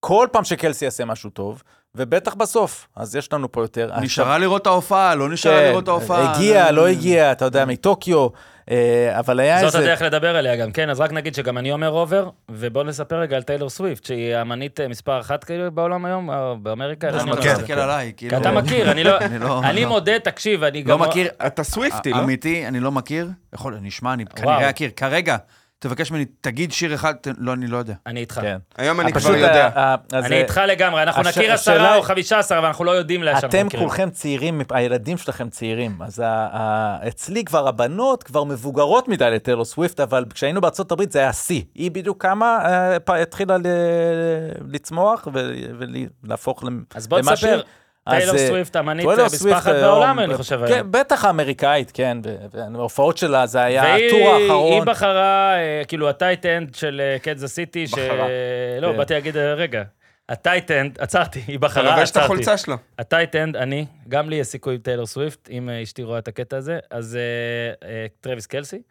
כל פעם שקלסי יעשה משהו טוב, ובטח בסוף, אז יש לנו פה יותר. נשארה לראות את ההופעה, לא נשארה כן, לראות את ההופעה. הגיע, אה, לא הגיע, אתה יודע, מטוקיו, אה, אבל היה איזה... זאת הדרך לדבר עליה גם, כן, אז רק נגיד שגם אני אומר אובר, ובואו נספר רגע על טיילור סוויפט, שהיא האמנית אה, מספר אחת כאילו בעולם היום, או באמריקה. איך אני למה אומר אתה את זה? מסתכל עליי? כן, כי כאילו- אתה מכיר, אני לא... אני לא- אני לא. מודה, תקשיב, אני לא גם... מכיר, אתה סוויפטי, לא? אמיתי, אני לא מכיר. יכול, נשמע, אני וואו. כנראה אכיר. כרגע, תבקש ממני, תגיד שיר אחד, ת- לא, אני לא יודע. אני איתך. כן. היום אני פשוט כבר יודע. ה- ה- אז, אני אה, איתך לגמרי, אנחנו הש- נכיר עשרה השאלה- או חמישה עשר, אבל אנחנו לא יודעים לאן שאנחנו אתם מכירים. כולכם צעירים, הילדים שלכם צעירים, אז ה- ה- אצלי כבר הבנות כבר מבוגרות מדי לטלו סוויפט, אבל כשהיינו בארצות הברית זה היה שיא. היא בדיוק קמה, אה, פ- התחילה ל- לצמוח ולהפוך אז בוא תספר, טיילור אה, סוויפט, אמנית מספר אחת בעולם, אני חושב היום. היום. אה, כן, בטח האמריקאית, כן, וההופעות שלה זה היה והיא- הטור האחרון. היא בחרה, אה, כאילו, הטייטנד של קדזה סיטי, ש... בחרה. לא, כן. באתי להגיד, אה, רגע. הטייטנד, עצרתי, היא אתה בחרה, לובש את עצרתי. החולצה שלו. הטייטנד, אני, גם לי יש סיכוי עם טיילור סוויפט, אם אה, אשתי רואה את הקטע הזה, אז אה, אה, טרוויס קלסי.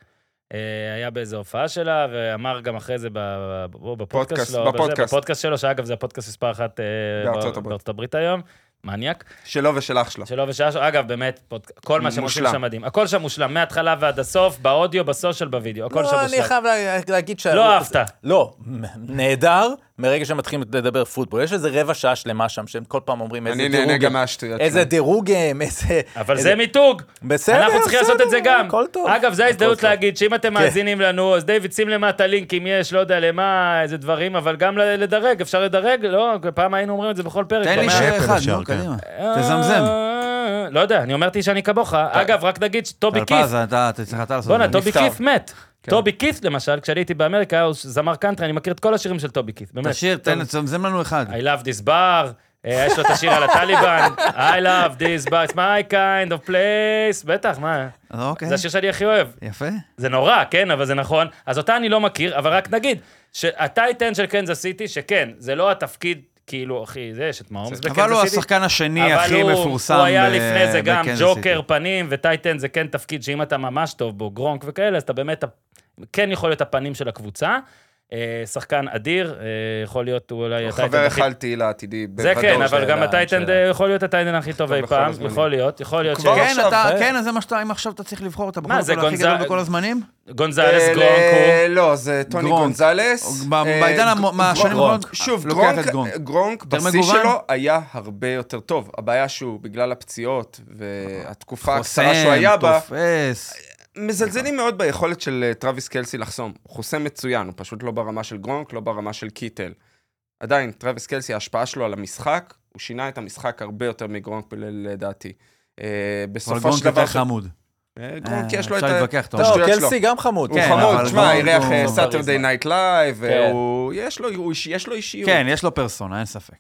אה, היה באיזו הופעה שלה, ואמר גם אחרי זה ב- ב- ב- בפודקאסט פודקאסט, שלו, בזה, בפודקאסט. בפודקאסט שלו, שאגב, זה הפודקאסט מספר אחת אה, בארצות ב- הברית. בארצות הברית היום, מניאק. שלו ושל אח שלו. שלו ושעה שלו, אגב, באמת, פודק- כל מה שהם עושים מושלם. שם מדהים. הכל שם מושלם, מההתחלה ועד הסוף, באודיו, בסושיאל, בווידאו, הכל שם לא, אני מושלם. חייב לה- להגיד ש... לא אהבת. לא, מ- נהדר, מרגע שמתחילים לדבר פוטבול. יש איזה רבע שעה שלמה שם, שהם כל פעם אומרים איזה אני דירוג. נהנה גם הם- מהשטויות איזה שלהם. דירוג הם, איזה... אבל איזה- זה מיתוג. בסדר, אנחנו צריכים בסדר, לעשות את זה גם. הכל טוב. אגב, זו ההזדמנות טוב. כן. להגיד שאם אתם מאזינים לנו, אז דיוויד, שים למטה לינק אם יש, לא יודע למה, איזה דברים, אבל גם ל- לדרג, אפשר לדרג, לא? פעם היינו אומרים את זה בכל פרק. תן לי במאה- שיר אפל אחד, אפשר, נו, כן. קדימה. תזמזם. אה, לא יודע, אני אמרתי שאני כמוך. אגב, רק נגיד שטובי כיף, טלפז, אתה אתה צריך אתה לעשות בואנה, את זה. טובי כיף מת. כן. טובי כיף, למשל, כשאני הייתי באמריקה, הוא זמר קאנטרי, אני מכיר את כל השירים של טובי כיף, באמת. תשאיר, תן, תזמזם לנו אחד. I love this bar, אה, יש לו את השיר על הטליבן, I love this bar, it's my kind of place, בטח, מה? אה, אוקיי, זה השיר שאני הכי אוהב. יפה. זה נורא, כן, אבל זה נכון. אז אותה אני לא מכיר, אבל רק נגיד, שהטייטן של קנזס סיטי, שכן, זה לא התפקיד, כאילו, הכי, זה, יש את מהאומס בקנזס סיטי. אבל הוא השחקן השני אבל הכי הוא- מפורסם הוא היה ב- לפני זה גם בקנזס ג'וקר סיטי. פנים, וטייטן זה כן תפקיד שאם אתה ממש טוב בו, גרונק וכאלה, אז אתה באמת, כן יכול להיות הפנים של הקבוצה. אה, שחקן אדיר, אה, יכול להיות הוא אולי הוא הטייטן חבר הכי... אחד תהילה עתידי. זה בוודאות. כן, אבל גם שאלה, הטייטן שאלה. אה, יכול להיות הטייטן הכי טוב טוב אי בכל פעם, הזמנים. יכול להיות, יכול להיות ש... כבר כן, עכשיו, אתה, אה? כן, אז זה מה שאתה, אם עכשיו אתה צריך לבחור את הבחור מה, זה הגדול הכי גונזל- גדול בכל הזמנים? גונזלס אה, גרונק לא, זה טוני גרונק. גונזלס. ב- אה, בעידן המ- גרונק. אה, מהשנים גרונק. האחרונות, שוב, לוקח גרונק, את גרונק. אה, גרונק יותר בשיא מגוון? שלו היה הרבה יותר טוב. הבעיה שהוא, בגלל הפציעות והתקופה הקצרה חוסם, שהוא היה בה, אה, תופס. מזלזלים מאוד ביכולת של אה, טראביס קלסי לחסום. הוא חוסם מצוין, הוא פשוט לא ברמה של גרונק, לא ברמה של קיטל. עדיין, טראביס קלסי, ההשפעה שלו על המשחק, הוא שינה את המשחק הרבה יותר מגרונק ב- לדעתי. אה, אבל בסופו גרונק של דבר... יותר חמוד. אה, אה, גרונק יש לו את אפשר ה... להתווכח, אתה את לא, אומר. השטויות שלו. קלסי גם חמוד. הוא כן, אבל חמוד, גרונק שמע, אירח אה, הוא- סאטרדי כריזמה. נייט לייב, כן. יש לו אה, הוא איש- יש לו אישיות. כן, יש לו פרסונה, אין ספק.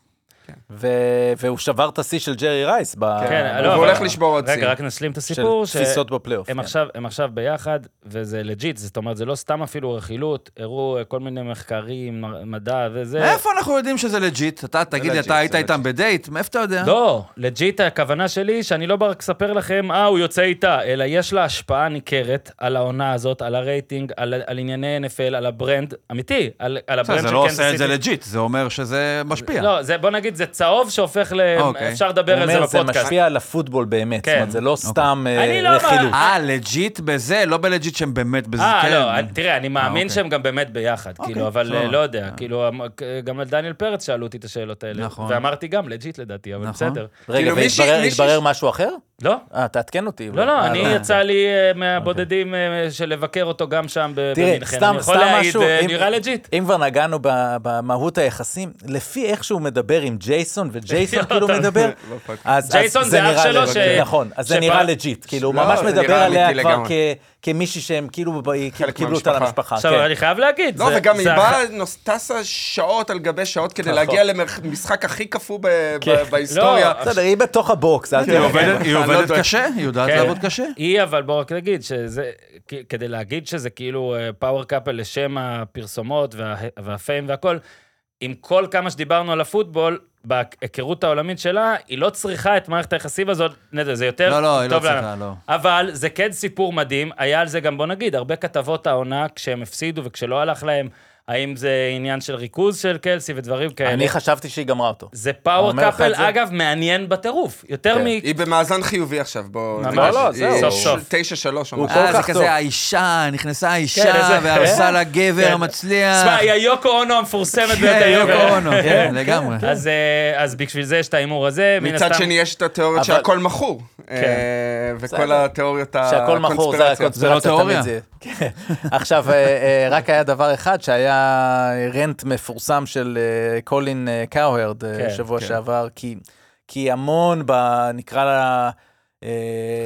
ו- והוא שבר את השיא של ג'רי רייס. ב- כן, הוא לא, אבל- הולך לשבור עוד שיא. רגע, רק נשלים את של הסיפור. ש- תפיסות בפלייאוף. הם כן. עכשיו, הם עכשיו ביחד, וזה לג'יט, זאת אומרת, זה לא סתם אפילו רכילות, הראו אה, כל מיני מחקרים, מ- מדע וזה. איפה אנחנו יודעים שזה לג'יט? אתה, תגיד לי, legit, אתה היית זה איתם legit. בדייט? מאיפה אתה יודע? לא, לג'יט הכוונה שלי, שאני לא רק אספר לכם, אה, הוא יוצא איתה, אלא יש לה השפעה ניכרת על העונה הזאת, על הרייטינג, על, על ענייני NFL, על הברנד, אמיתי, על, על בסדר, הברנד של זה לא קנזס עושה את זה סיטי. לג'יט, זה אומר שזה משפיע. לא, זה, בוא נגיד, זה צהוב שהופך ל... אוקיי. אפשר הוא לדבר על זה אומר, זה בפודקאסט. משפיע על הפוטבול באמת. כן. זאת אומרת, זה אוקיי. לא סתם אה, אני לא אמר- רכילות. אה, לג'יט בזה, לא בלג'יט שהם באמת בזה. אה, כן. לא, אני- תראה, אני מאמין אוקיי. שהם גם באמת ביחד, אוקיי, כאילו, אבל אה, סבבה. לא יודע, כאילו, המ- גם על דניאל פרץ שאלו אותי את השאלות האלה. נכון. ואמרתי גם, לג'יט לדעתי, אבל נכון. בסדר. רגע, כאילו, מישהי- והתברר מישהי- התברר משהו אחר? לא, אה, תעדכן אותי. לא, לא, אה, אני יצא לי אה, מהבודדים אה, של לבקר אותו גם שם ב- תראה, במינכן. סתם, אני יכול סתם להעיד, משהו. אה, אם- נראה לג'יט. אם כבר נגענו ב- במהות היחסים, לפי איך שהוא מדבר עם גייסון, וג'ייסון כאילו מדבר, לא פאק. אז אז ג'ייסון זה אח נראה שלו לי- ש- נכון, אז זה שבא- נראה לג'יט, כאילו הוא לא, ממש זה מדבר נראה עליה אמיתי כבר לגמרי. כ- כמישהי שהם כאילו ב- חלק קיבלו אותה מהמשפחה. למשפחה. כן. עכשיו, אני חייב להגיד. לא, זה- וגם היא זה באה, נוס- טסה שעות על גבי שעות כדי להגיע למשחק הכי קפוא ב- ב- בהיסטוריה. לא, בסדר, היא בתוך הבוקס, אל היא תדאג. עובדת- היא אני לא עובדת דואג. קשה, היא יודעת כן. לעבוד קשה. היא, אבל בוא רק נגיד, שזה, כ- כדי להגיד שזה כאילו פאוור קאפל לשם הפרסומות וה, והפיים והכל, עם כל כמה שדיברנו על הפוטבול, בהיכרות העולמית שלה, היא לא צריכה את מערכת היחסים הזאת, נדע, זה יותר לא, לא, היא לא טוב צריכה, לנו. לא. אבל זה כן סיפור מדהים, היה על זה גם, בוא נגיד, הרבה כתבות העונה, כשהם הפסידו וכשלא הלך להם, האם זה עניין של ריכוז של קלסי ודברים כאלה. אני חשבתי שהיא גמרה אותו. זה פאוור אומר לך קאפל, את זה. אגב, מעניין בטירוף. יותר כן. מ... היא במאזן חיובי עכשיו, בואו... ממש. לא, לא, זהו. סוף סוף. 9-3 או הוא משהו. כל אה, זה כך טוב. כזה האישה, נכנסה כן, האישה, איזה- והרסה כן. לה גבר כן. המצליח. תשמע, היא היוקו אונו המפורסמת ביותר. אה. כן, ever. יוקו אונו, כן, לגמרי. אז, אה, אז בשביל זה יש את ההימור הזה, מן הסתם... מצד שני, יש את התיאוריות אבל- שהכל מכור. אה, וכל בסדר. התיאוריות שהכל מכור, הקונספירציות. זה הקונספירציה. זה לא תיאוריה. תמיד זה- כן. עכשיו, אה, אה, רק היה דבר אחד, שהיה רנט מפורסם של אה, קולין אה, קאוהרד אה, כן, שבוע כן. שעבר, כי- כי המון, ב- נקרא לה... אה,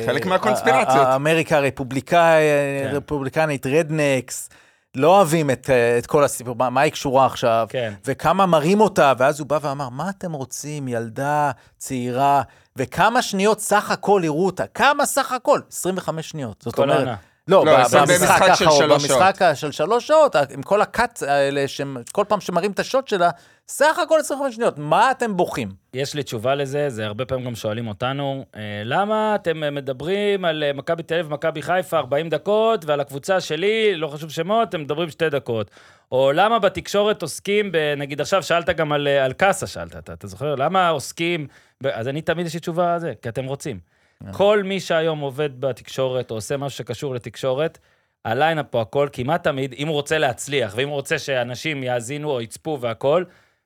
חלק מהקונספירציות. ה- ה- אמריקה הרפובליקאי- כן. הרפובליקנית, רדנקס, לא אוהבים את, אה, את כל הסיפור, מה, מה היא קשורה עכשיו, כן. וכמה מרים אותה, ואז הוא בא ואמר, מה אתם רוצים, ילדה צעירה, וכמה שניות סך הכל יראו אותה, כמה סך הכל? 25 שניות, זאת כל אומרת... העונה. לא, לא, ב- זה במשחק במשחק של האחרון, שלוש במשחק ה- של שלוש שעות, עם כל הקאט האלה, שהם- כל פעם שמראים את השוט שלה, סך הכל 25 שניות, מה אתם בוכים? יש לי תשובה לזה, זה הרבה פעמים גם שואלים אותנו, אה, למה אתם אה, מדברים על אה, מכבי תל אביב, מכבי חיפה 40 דקות, ועל הקבוצה שלי, לא חשוב שמות, אתם מדברים שתי דקות. או למה בתקשורת עוסקים, ב- נגיד עכשיו שאלת גם על, אה, על קאסה, שאלת, אתה, אתה זוכר? למה עוסקים... ב- אז אני תמיד יש לי תשובה על זה, כי אתם רוצים. כל מי שהיום עובד בתקשורת, או עושה משהו שקשור לתקשורת, הליינאפ או הכל, כמעט תמיד, אם הוא רוצה להצליח, ואם הוא רוצה שאנשים יאזינו או יצפו והכל,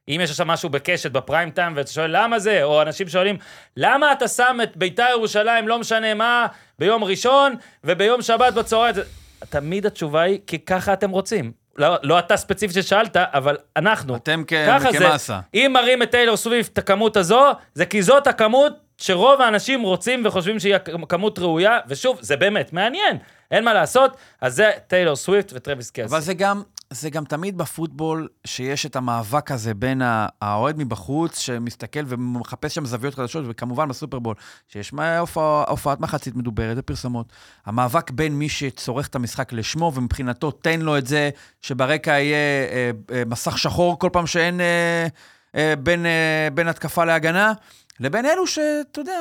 אם יש עכשיו משהו בקשת בפריים טיים ואתה שואל למה זה, או אנשים שואלים, למה אתה שם את ביתר ירושלים, לא משנה מה, ביום ראשון וביום שבת בצהריים? זה- תמיד התשובה היא, כי ככה אתם רוצים. לא, לא אתה ספציפית ששאלת, אבל אנחנו. אתם כ- ככה זה. כמאסה. אם מראים את טיילור סוויפט, את הכמות הזו, זה כי זאת הכמות שרוב האנשים רוצים וחושבים שהיא הכ- כמות ראויה, ושוב, זה באמת מעניין, אין מה לעשות, אז זה טיילור סוויפט וטרוויס קלסי. אבל זה גם, זה גם תמיד בפוטבול, שיש את המאבק הזה בין ה- האוהד מבחוץ, שמסתכל ומחפש שם זוויות חדשות, וכמובן בסופרבול, שיש מה- הופעה- הופעת מחצית מדוברת ופרסומות. המאבק בין מי שצורך את המשחק לשמו, ומבחינתו תן לו את זה, שברקע יהיה אה, אה, מסך שחור כל פעם שאין אה, אה, בין, אה, בין התקפה להגנה, לבין אלו שאתה יודע...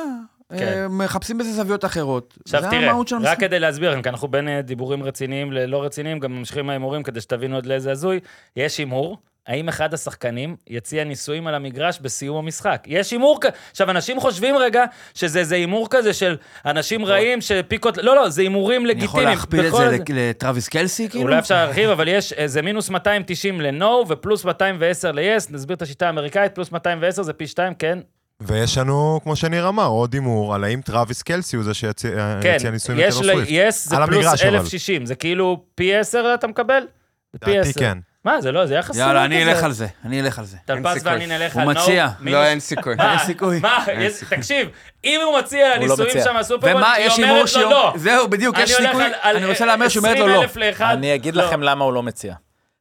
כן. אה, מחפשים בזה זוויות אחרות. עכשיו זה תראה, המהות של המשחק. רק כדי להסביר לכם, כי אנחנו בין אה, דיבורים רציניים ללא רציניים, גם ממשיכים עם ההימורים כדי שתבינו עד לאיזה הזוי. יש הימור, האם אחד השחקנים יציע ניסויים על המגרש בסיום המשחק? יש הימור כזה. עכשיו, אנשים חושבים רגע שזה איזה הימור כזה של אנשים רעים שפיקות... לא, לא, זה הימורים נכון. אני לגיטימיים. יכול להכפיל את בכל- זה לטרוויס קלסי, כאילו? אולי אפשר להרחיב, אבל יש, אה, זה מינוס 290 ל-No ופלוס 210 ל-Yes, נסביר את השיטה האמריקאית, פלוס 210 זה פי 2, כן? ויש לנו, כמו שניר אמר, עוד הימור על האם טראביס קלסי הוא זה שיציע כן, יציע נישואים יש לטלו ל- סוויפט. יס זה על פלוס המגרש, אבל. 1,060, זה כאילו פי 10 אתה מקבל? זה פי לדעתי 10. כן. מה, זה לא, זה יחס... יאללה, סביר אני כזה. אלך על זה, אני אלך על זה. טל אין פז סיכוי. ואני נלך הוא על מציע. מינוס- אה, לא, אין סיכוי. מה? אין סיכוי. מה, יש- תקשיב, אם הוא מציע לא נישואים מציע. שם מהסופרמן, ומה, היא יש הימור אומרת לו שהיא... לא. זהו, בדיוק, יש אני הולך סיכוי, על- על- אני רוצה להמר שהיא אומרת לו לא. 20,000 לאחד. אני אגיד לא. לכם למה הוא לא מציע.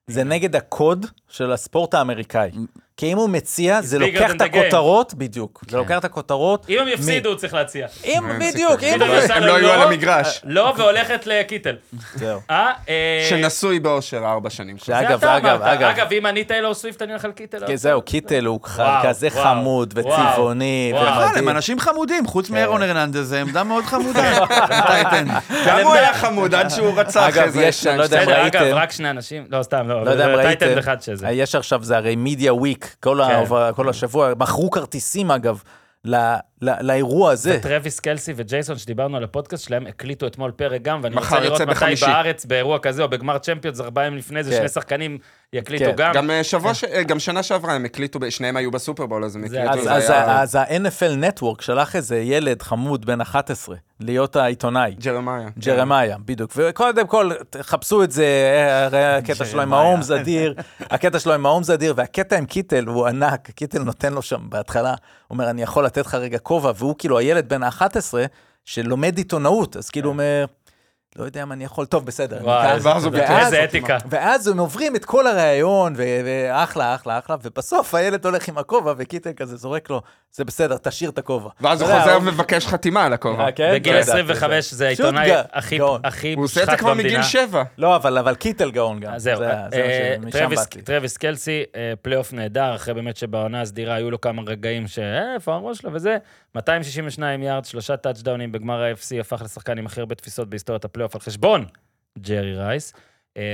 זה נגד הקוד של הספורט האמריקאי. כי אם הוא מציע, זה Mm. bigger לוקח than את the game. הקותרות, בדיוק. כן. זה לוקח את הכותרות. אם הם מ- יפסידו, הוא צריך להציע. אם, בדיוק, אם... פתאום יצא הם לו לא יהיו על המגרש. לא, והולכת לקיטל. זהו. אה? אה, שנשוי באושר ארבע שנים. זה שאגב, אתה אגב, אמרת. אגב. אגב, אם אני טיילור סוויפט, אני הולך על קיטל. כן, זהו, קיטל הוא כ- וואו, כזה וואו, חמוד וצבעוני וואו. בכלל, הם ומדהים. אנשים חמודים, חוץ מאירון הרננדז, זה עמדה מאוד חמודה. כן. טייטן. גם הוא היה חמוד עד שהוא רצה אגב, אחרי זה. יש, שניים, אני לא יודע שתיים. אם בסדר, אגב, ראיתם. רק שני אנשים. לא, סתם, לא. לא יודע אם טייטל ראיתם, אחד שזה. יש עכשיו, זה הרי מידיה וויק, כל כן. ה- כל השבוע, מכרו כרטיסים אגב, ל- ל- לאירוע הזה. טרוויס קלסי וג'ייסון, שדיברנו על הפודקאסט שלהם, הקליטו אתמול פרק גם, ואני מחר רוצה לראות יוצא מתי בחמישי. בארץ, באירוע כזה או בגמר צ'מפיונס, ארבעה ימים לפני זה, כן. שני שחקנים יקליטו כן. גם. גם אה, שבוע, ש- אה, גם שנה שעברה הם הקליטו, ב- שניהם היו בסופרבול, אז הם זה- הקליטו. אז, זה אז, היה- ה- אז ה-NFL Network שלח איזה ילד חמוד בן 11 להיות העיתונאי. ג'רמיה. ג'רמיה, בדיוק. וקודם כל, תחפשו את זה, אה, הרי הקטע שלו עם ההומס אדיר, הקטע שלו עם ההומס אדיר, והקטע עם קיטל, הוא ענק, קיטל נותן לו שם בהתחלה, הוא אומר, אני יכול לתת לך רגע כובע, והוא כאילו הילד בן ה-11 שלומד עיתונאות, אז כאילו הוא אומר, לא יודע אם אני יכול, טוב, בסדר. אני וואי, אקח." איזה- ואז הוא ואז- איזה אתיקה. ואז הם עוברים את כל הראיון, ו- ואחלה, אחלה, אחלה, ובסוף הילד הולך עם הכובע, וקיטל כזה זורק לו, זה בסדר, תשאיר את הכובע. ואז הוא אתה יודע, חוזר הוא- ומבקש חתימה על הכובע. אה, כן? בגיל לא ידעתי את 25 זה פשוט העיתונאי גא- הכי גאון. הכי הוא עושה את זה מושחת כבר מגיל במדינה. שבע. לא, אבל, אבל קיטל גאון נכון גם. אז זהו, זה, זה אה, מה שמשם טרוויס- באתי. טרוויס קלסי, אה, פלייאוף נהדר, אחרי באמת שבעונה הסדירה היו לו כמה רגעים ש... "אה, איפה הראש שלו וזה. 262 יארד, שלושה טאצ'דאונים בגמר ה-FC, הפך לשחקן עם הכי הרבה תפיסות בהיסטוריית הפלייאוף על חשבון ג'רי רייס. אה,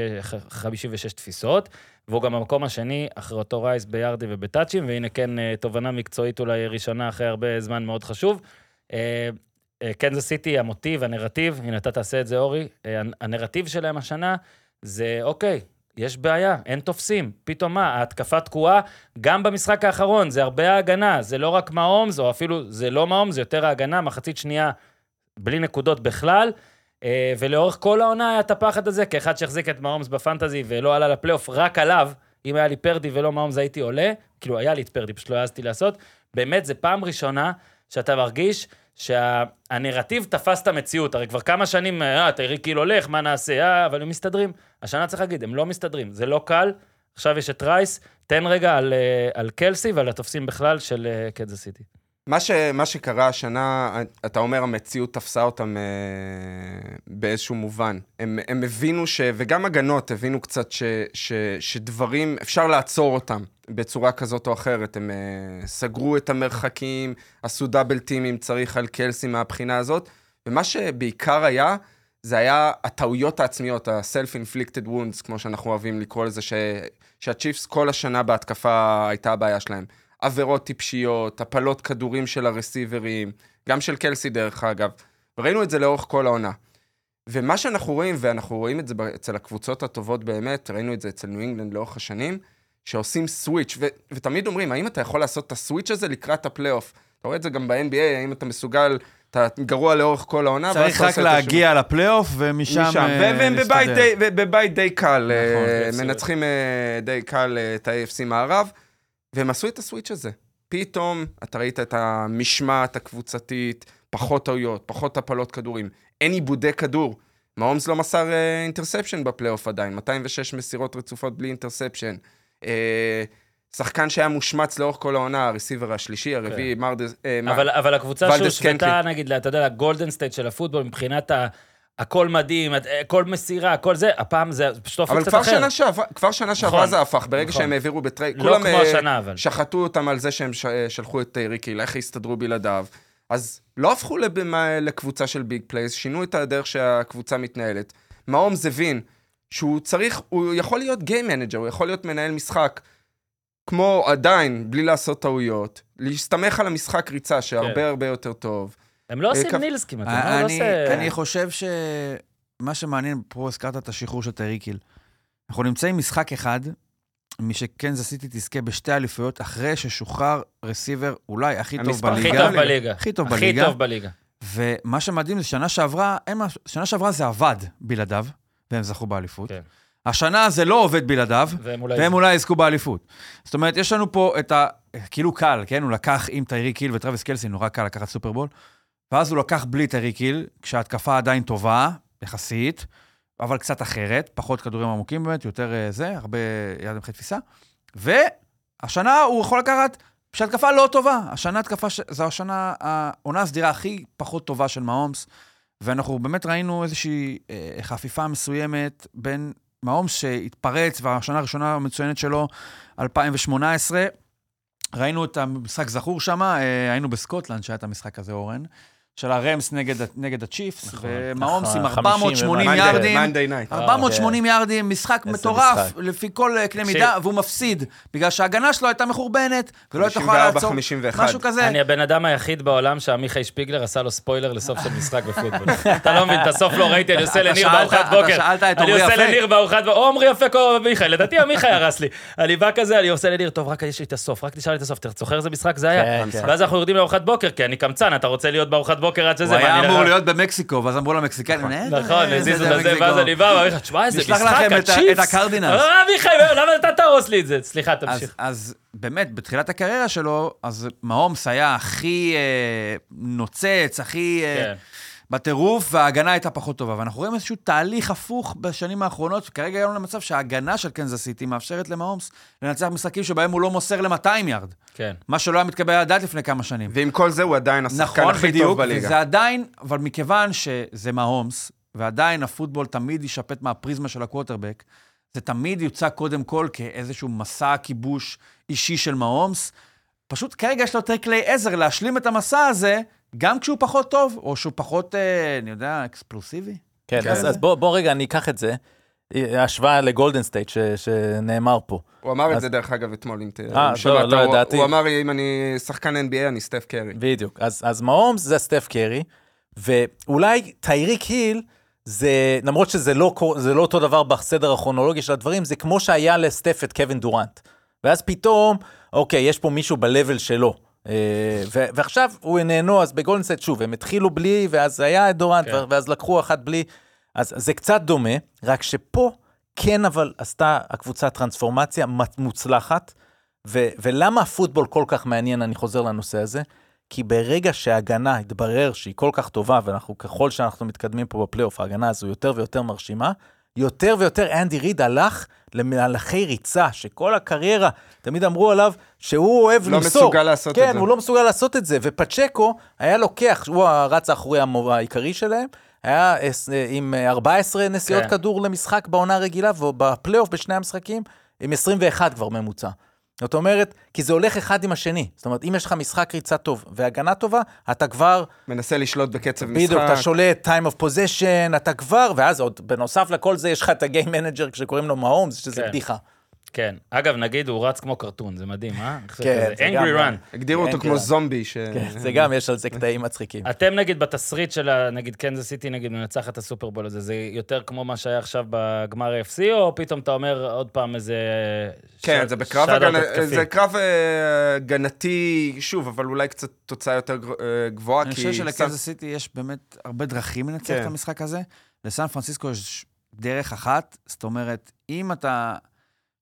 156 תפיסות, והוא גם במקום השני, אחרי אותו רייס ביארדי ובטאצ'ים, והנה כן אה, תובנה מקצועית אולי ראשונה אחרי הרבה זמן מאוד חשוב. אה, אה, קנזס סיטי, המוטיב, הנרטיב, הנה אתה תעשה את זה אורי, אה, הנ- הנרטיב שלהם השנה זה אוקיי, יש בעיה, אין תופסים. פתאום מה, ההתקפה תקועה גם במשחק האחרון, זה הרבה ההגנה, זה לא רק מעומס, או אפילו זה לא מעומס, זה יותר ההגנה, מחצית שנייה בלי נקודות בכלל. אה, ולאורך כל העונה היה את הפחד הזה, כאחד שהחזיק את מעומס בפנטזי ולא עלה לפלייאוף, רק עליו, אם היה לי פרדי ולא מעומס הייתי עולה, כאילו היה לי את פרדי, פשוט לא העזתי לעשות. באמת, זו פעם ראשונה שאתה מרגיש שהנרטיב תפס את המציאות. הרי כבר כמה שנים, אה, תראי כאילו הולך, מה נעשה, אה, אבל הם מסתדרים. השנה צריך להגיד, הם לא מסתדרים, זה לא קל. עכשיו יש את רייס, תן רגע על, אה, על קלסי ועל התופסים בכלל של אה, קנזס סיטי. מה, ש, מה שקרה השנה, אתה אומר, המציאות תפסה אותם אה, באיזשהו מובן. הם, הם הבינו ש... וגם הגנות הבינו קצת ש, ש, שדברים, אפשר לעצור אותם בצורה כזאת או אחרת. הם אה, סגרו את המרחקים, עשו דאבל טים אם צריך על קלסי מהבחינה הזאת. ומה שבעיקר היה, זה היה הטעויות העצמיות, ה-self-inflicted wounds, כמו שאנחנו אוהבים לקרוא לזה, ש... שהצ'יפס כל השנה בהתקפה הייתה הבעיה שלהם. עבירות טיפשיות, הפלות כדורים של הרסיברים, גם של קלסי דרך אגב. ראינו את זה לאורך כל העונה. ומה שאנחנו רואים, ואנחנו רואים את זה ב- אצל הקבוצות הטובות באמת, ראינו את זה אצל ניו אינגלנד לאורך השנים, שעושים סוויץ', ו- ותמיד אומרים, האם אתה יכול לעשות את הסוויץ' הזה לקראת הפלייאוף? אתה רואה את זה גם ב-NBA, האם אתה מסוגל, אתה גרוע לאורך כל העונה, ואז צריך אתה רק עושה את השינוי. להגיע לפלייאוף, ומשם... משם, אה, והם והם בבית להסתדר. די- בבית די קל, נכון, אה, AFC. מנצחים אה, די קל אה, את ה-AFC מערב, והם עשו את הסוויץ' הזה. פתאום אתה ראית את המשמעת הקבוצתית, פחות טעויות, פחות הפלות כדורים, אין עיבודי כדור. מעומס לא מסר אה, אינטרספשן בפלייאוף עדיין, 206 מסירות רצופות בלי אינטרספשן. אה, שחקן שהיה מושמץ לאורך כל העונה, הרסיבר השלישי, הרביעי, כן. מרדס... אה, מה- אבל, אבל הקבוצה ולדס שהושוותה, קנטלי. נגיד, אתה יודע, לגולדן סטייט של הפוטבול, מבחינת ה... הכל מדהים, את- אה, כל מסירה, הכל זה, הפעם זה פשוט אופי אבל קצת כבר אחר. שנה שעברה, כבר שנה שעברה נכון, זה הפך, ברגע נכון. שהם העבירו בטרייד, לא כולם כמו אה, השנה, אבל. שחטו אותם על זה שהם ש- אה, שלחו את אה, ריקי, איך הסתדרו בלעדיו. אז לא הפכו לבמה, לקבוצה של ביג פלייס, שינו את הדרך שהקבוצה מתנהלת. מעומס הבין שהוא צריך, הוא יכול להיות גיים מנג'ר, הוא יכול להיות מנהל משחק, כמו עדיין, בלי לעשות טעויות, להסתמך על המשחק ריצה, שהרבה כן. הרבה יותר טוב. הם לא עושים כף- נילס כמעט, הם לא אה, אני, עושה... אני חושב שמה שמעניין, פה הזכרת את השחרור של טרי קיל. אנחנו נמצאים משחק אחד, משקנזס סיטי תזכה בשתי אליפויות אחרי ששוחרר רסיבר אולי הכי טוב המספר הכי הכי בליגה. טוב בליגה. הכי טוב הכי בליגה. טוב בליגה. ומה שמדהים זה שנה שעברה, אין מה, שנה שעברה זה עבד בלעדיו, והם זכו באליפות. כן. השנה זה לא עובד בלעדיו, והם אולי... והם אולי יזכו באליפות. זאת אומרת, יש לנו פה את ה... כאילו קל, כן? הוא לקח עם טיירי קיל וטרוויס קלסי, נורא קל לקחת סופרבול, ואז הוא לקח בלי טיירי קיל, כשההתקפה עדיין טובה, יחסית, אבל קצת אחרת, פחות כדורים עמוקים באמת, יותר אה, זה, הרבה יד אחרי תפיסה. והשנה הוא יכול לקחת, שהתקפה לא טובה. השנה התקפה, ש... זו השנה, העונה הסדירה הכי פחות טובה של מהאומס, ואנחנו באמת ראינו איזושהי אה, חפיפה מסוימת בין מהאומס שהתפרץ, והשנה הראשונה המצוינת שלו, 2018. ראינו את המשחק זכור שם, היינו בסקוטלנד, שהיה את המשחק הזה, אורן, של הרמס נגד, ה- נגד הצ'יפס, נכון, ומהאומס נכון, עם 50 480 ומשהו. יארדים. מיינדיי נייט. 480 יארדים, משחק כן. איזה מטורף, משחק. לפי כל אה, קנה מידה, והוא מפסיד, בגלל שההגנה שלו הייתה מחורבנת, ולא הייתה יכולה 54, לא, לעצור, 51. משהו כזה. אני הבן אדם היחיד בעולם שעמיחי שפיגלר עשה לו ספוילר לסוף של משחק בפוטבול. אתה לא מבין, את הסוף לא ראיתי, אני עושה אתה לניר שאלת- בארוחת אתה בוקר. שאלת את אני עמרי עושה יפה. לניר בארוחת בוקר, או עמרי יפה או עמיחי, לדעתי עמיחי הרס לי. אני בא כזה, אני עושה לניר, טוב, רק יש לי את הסוף, רק תשאל לי את הסוף, אתה זוכר איזה משחק זה היה? כן, כן. ואז אנחנו יורדים לארוחת בוקר, כי אני קמצן, אתה רוצה להיות בארוחת בוקר עד הוא שזה... היה ואני- אמור להיות במקסיקו, ואז אמרו למקסיקנים, "אה, נכון, אה, הזיזו זה את זה, מקסיקו." ואז אני בא, ואומר לך, תשמע, איזה נשלח משחק, לכם את ה- הצ'יפס." את הקרדינלס. אה, אביחי, למה אתה תהרוס לי את זה? סליחה, אז, תמשיך. אז באמת, בתחילת הקריירה שלו, אז מהאומס היה הכי אה, נוצץ, הכי אה, כן. בטירוף, וההגנה הייתה פחות טובה. ואנחנו רואים איזשהו תהליך הפוך בשנים האחרונות, כרגע הגענו למצב שההגנה של קנזס סיטי מאפשרת למהאומס לנצח משחקים שבהם הוא לא מוסר ל-200 יארד, כן. מה שלא היה מתקבל על הדעת לפני כמה שנים. ועם כל זה הוא עדיין השחקן נכון, הכי טוב בדיוק, בליגה. וזה עדיין, אבל מכיוון שזה מההומס, ועדיין הפוטבול תמיד יישפט מהפריזמה של הקווטרבק, זה תמיד יוצג קודם כל כאיזשהו מסע כיבוש אישי של מההומס. פשוט כרגע יש לו יותר כלי עזר להשלים את המסע הזה, גם כשהוא פחות טוב, או שהוא פחות, אה, אני יודע, אקספלוסיבי. כן, כן. אז, אז בוא, בוא רגע, אני אקח את זה. אה, השוואה לגולדן סטייט ש- שנאמר פה. הוא אמר את אז- זה דרך אגב אתמול, אם תראה. אה, לא, לא ידעתי. הוא אמר, אם אני שחקן NBA, אני סטף קרי. בדיוק. אז, אז מהאומס זה סטף קרי, ואולי טייריק היל, זה, למרות שזה לא, קור- זה לא אותו דבר בסדר הכרונולוגי של הדברים, זה כמו שהיה לסטף את קווין דורנט. ואז פתאום, אוקיי, יש פה מישהו ב-level שלו. אה, ו- ועכשיו הוא איננו, אז בגולדנסט שוב, הם התחילו בלי, ואז היה את דורנט, כן. ו- ואז לקחו אחת בלי. אז זה קצת דומה, רק שפה כן אבל עשתה הקבוצה טרנספורמציה מת- מוצלחת. ו- ולמה הפוטבול כל כך מעניין, אני חוזר לנושא הזה? כי ברגע שההגנה התברר שהיא כל כך טובה, ואנחנו, ככל שאנחנו מתקדמים פה בפלייאוף, ההגנה הזו יותר ויותר מרשימה, יותר ויותר אנדי ריד הלך למהלכי ריצה, שכל הקריירה, תמיד אמרו עליו שהוא אוהב לא למסור. מסוגל לעשות את כן, זה. הוא לא מסוגל לעשות את זה, ופצ'קו היה לוקח, הוא הרץ האחורי המור- העיקרי שלהם, היה אה, ס- אה, עם אה, 14 נסיעות כן. כדור למשחק בעונה הרגילה, ובפלייאוף בשני המשחקים, עם 21 כבר ממוצע. זאת אומרת, כי זה הולך אחד עם השני. זאת אומרת, אם יש לך משחק ריצה טוב והגנה טובה, אתה כבר, מנסה לשלוט בקצב משחק. בדיוק, אתה שולט, time of possession, אתה כבר, ואז עוד, בנוסף לכל זה, יש לך את ה-game manager כשקוראים לו מהאומס, שזה כן. בדיחה. כן. אגב, נגיד הוא רץ כמו קרטון, זה מדהים, אה? כן, זה גם- Angry Run. הגדירו אין כן. אותו כמו כלל. זומבי, ש... כן. זה גם, יש על זה קטעים מצחיקים. אתם נגיד בתסריט של, ה- נגיד קנזס סיטי, נגיד מנצחת את הסופרבול הזה, זה יותר כמו מה שהיה עכשיו בגמר ה-FC, או פתאום אתה אומר עוד פעם איזה... כן, ש- זה בקרב שאלות הגנ- התקפי. זה קרב אה, הגנתי, שוב, אבל אולי קצת תוצאה יותר גר- אה, גבוהה, כי... אני חושב סן- שלקנזס סיטי יש באמת הרבה דרכים לנצח כן. את המשחק הזה. לסן פרנסיסקו יש דרך אחת, זאת אומרת, אם אתה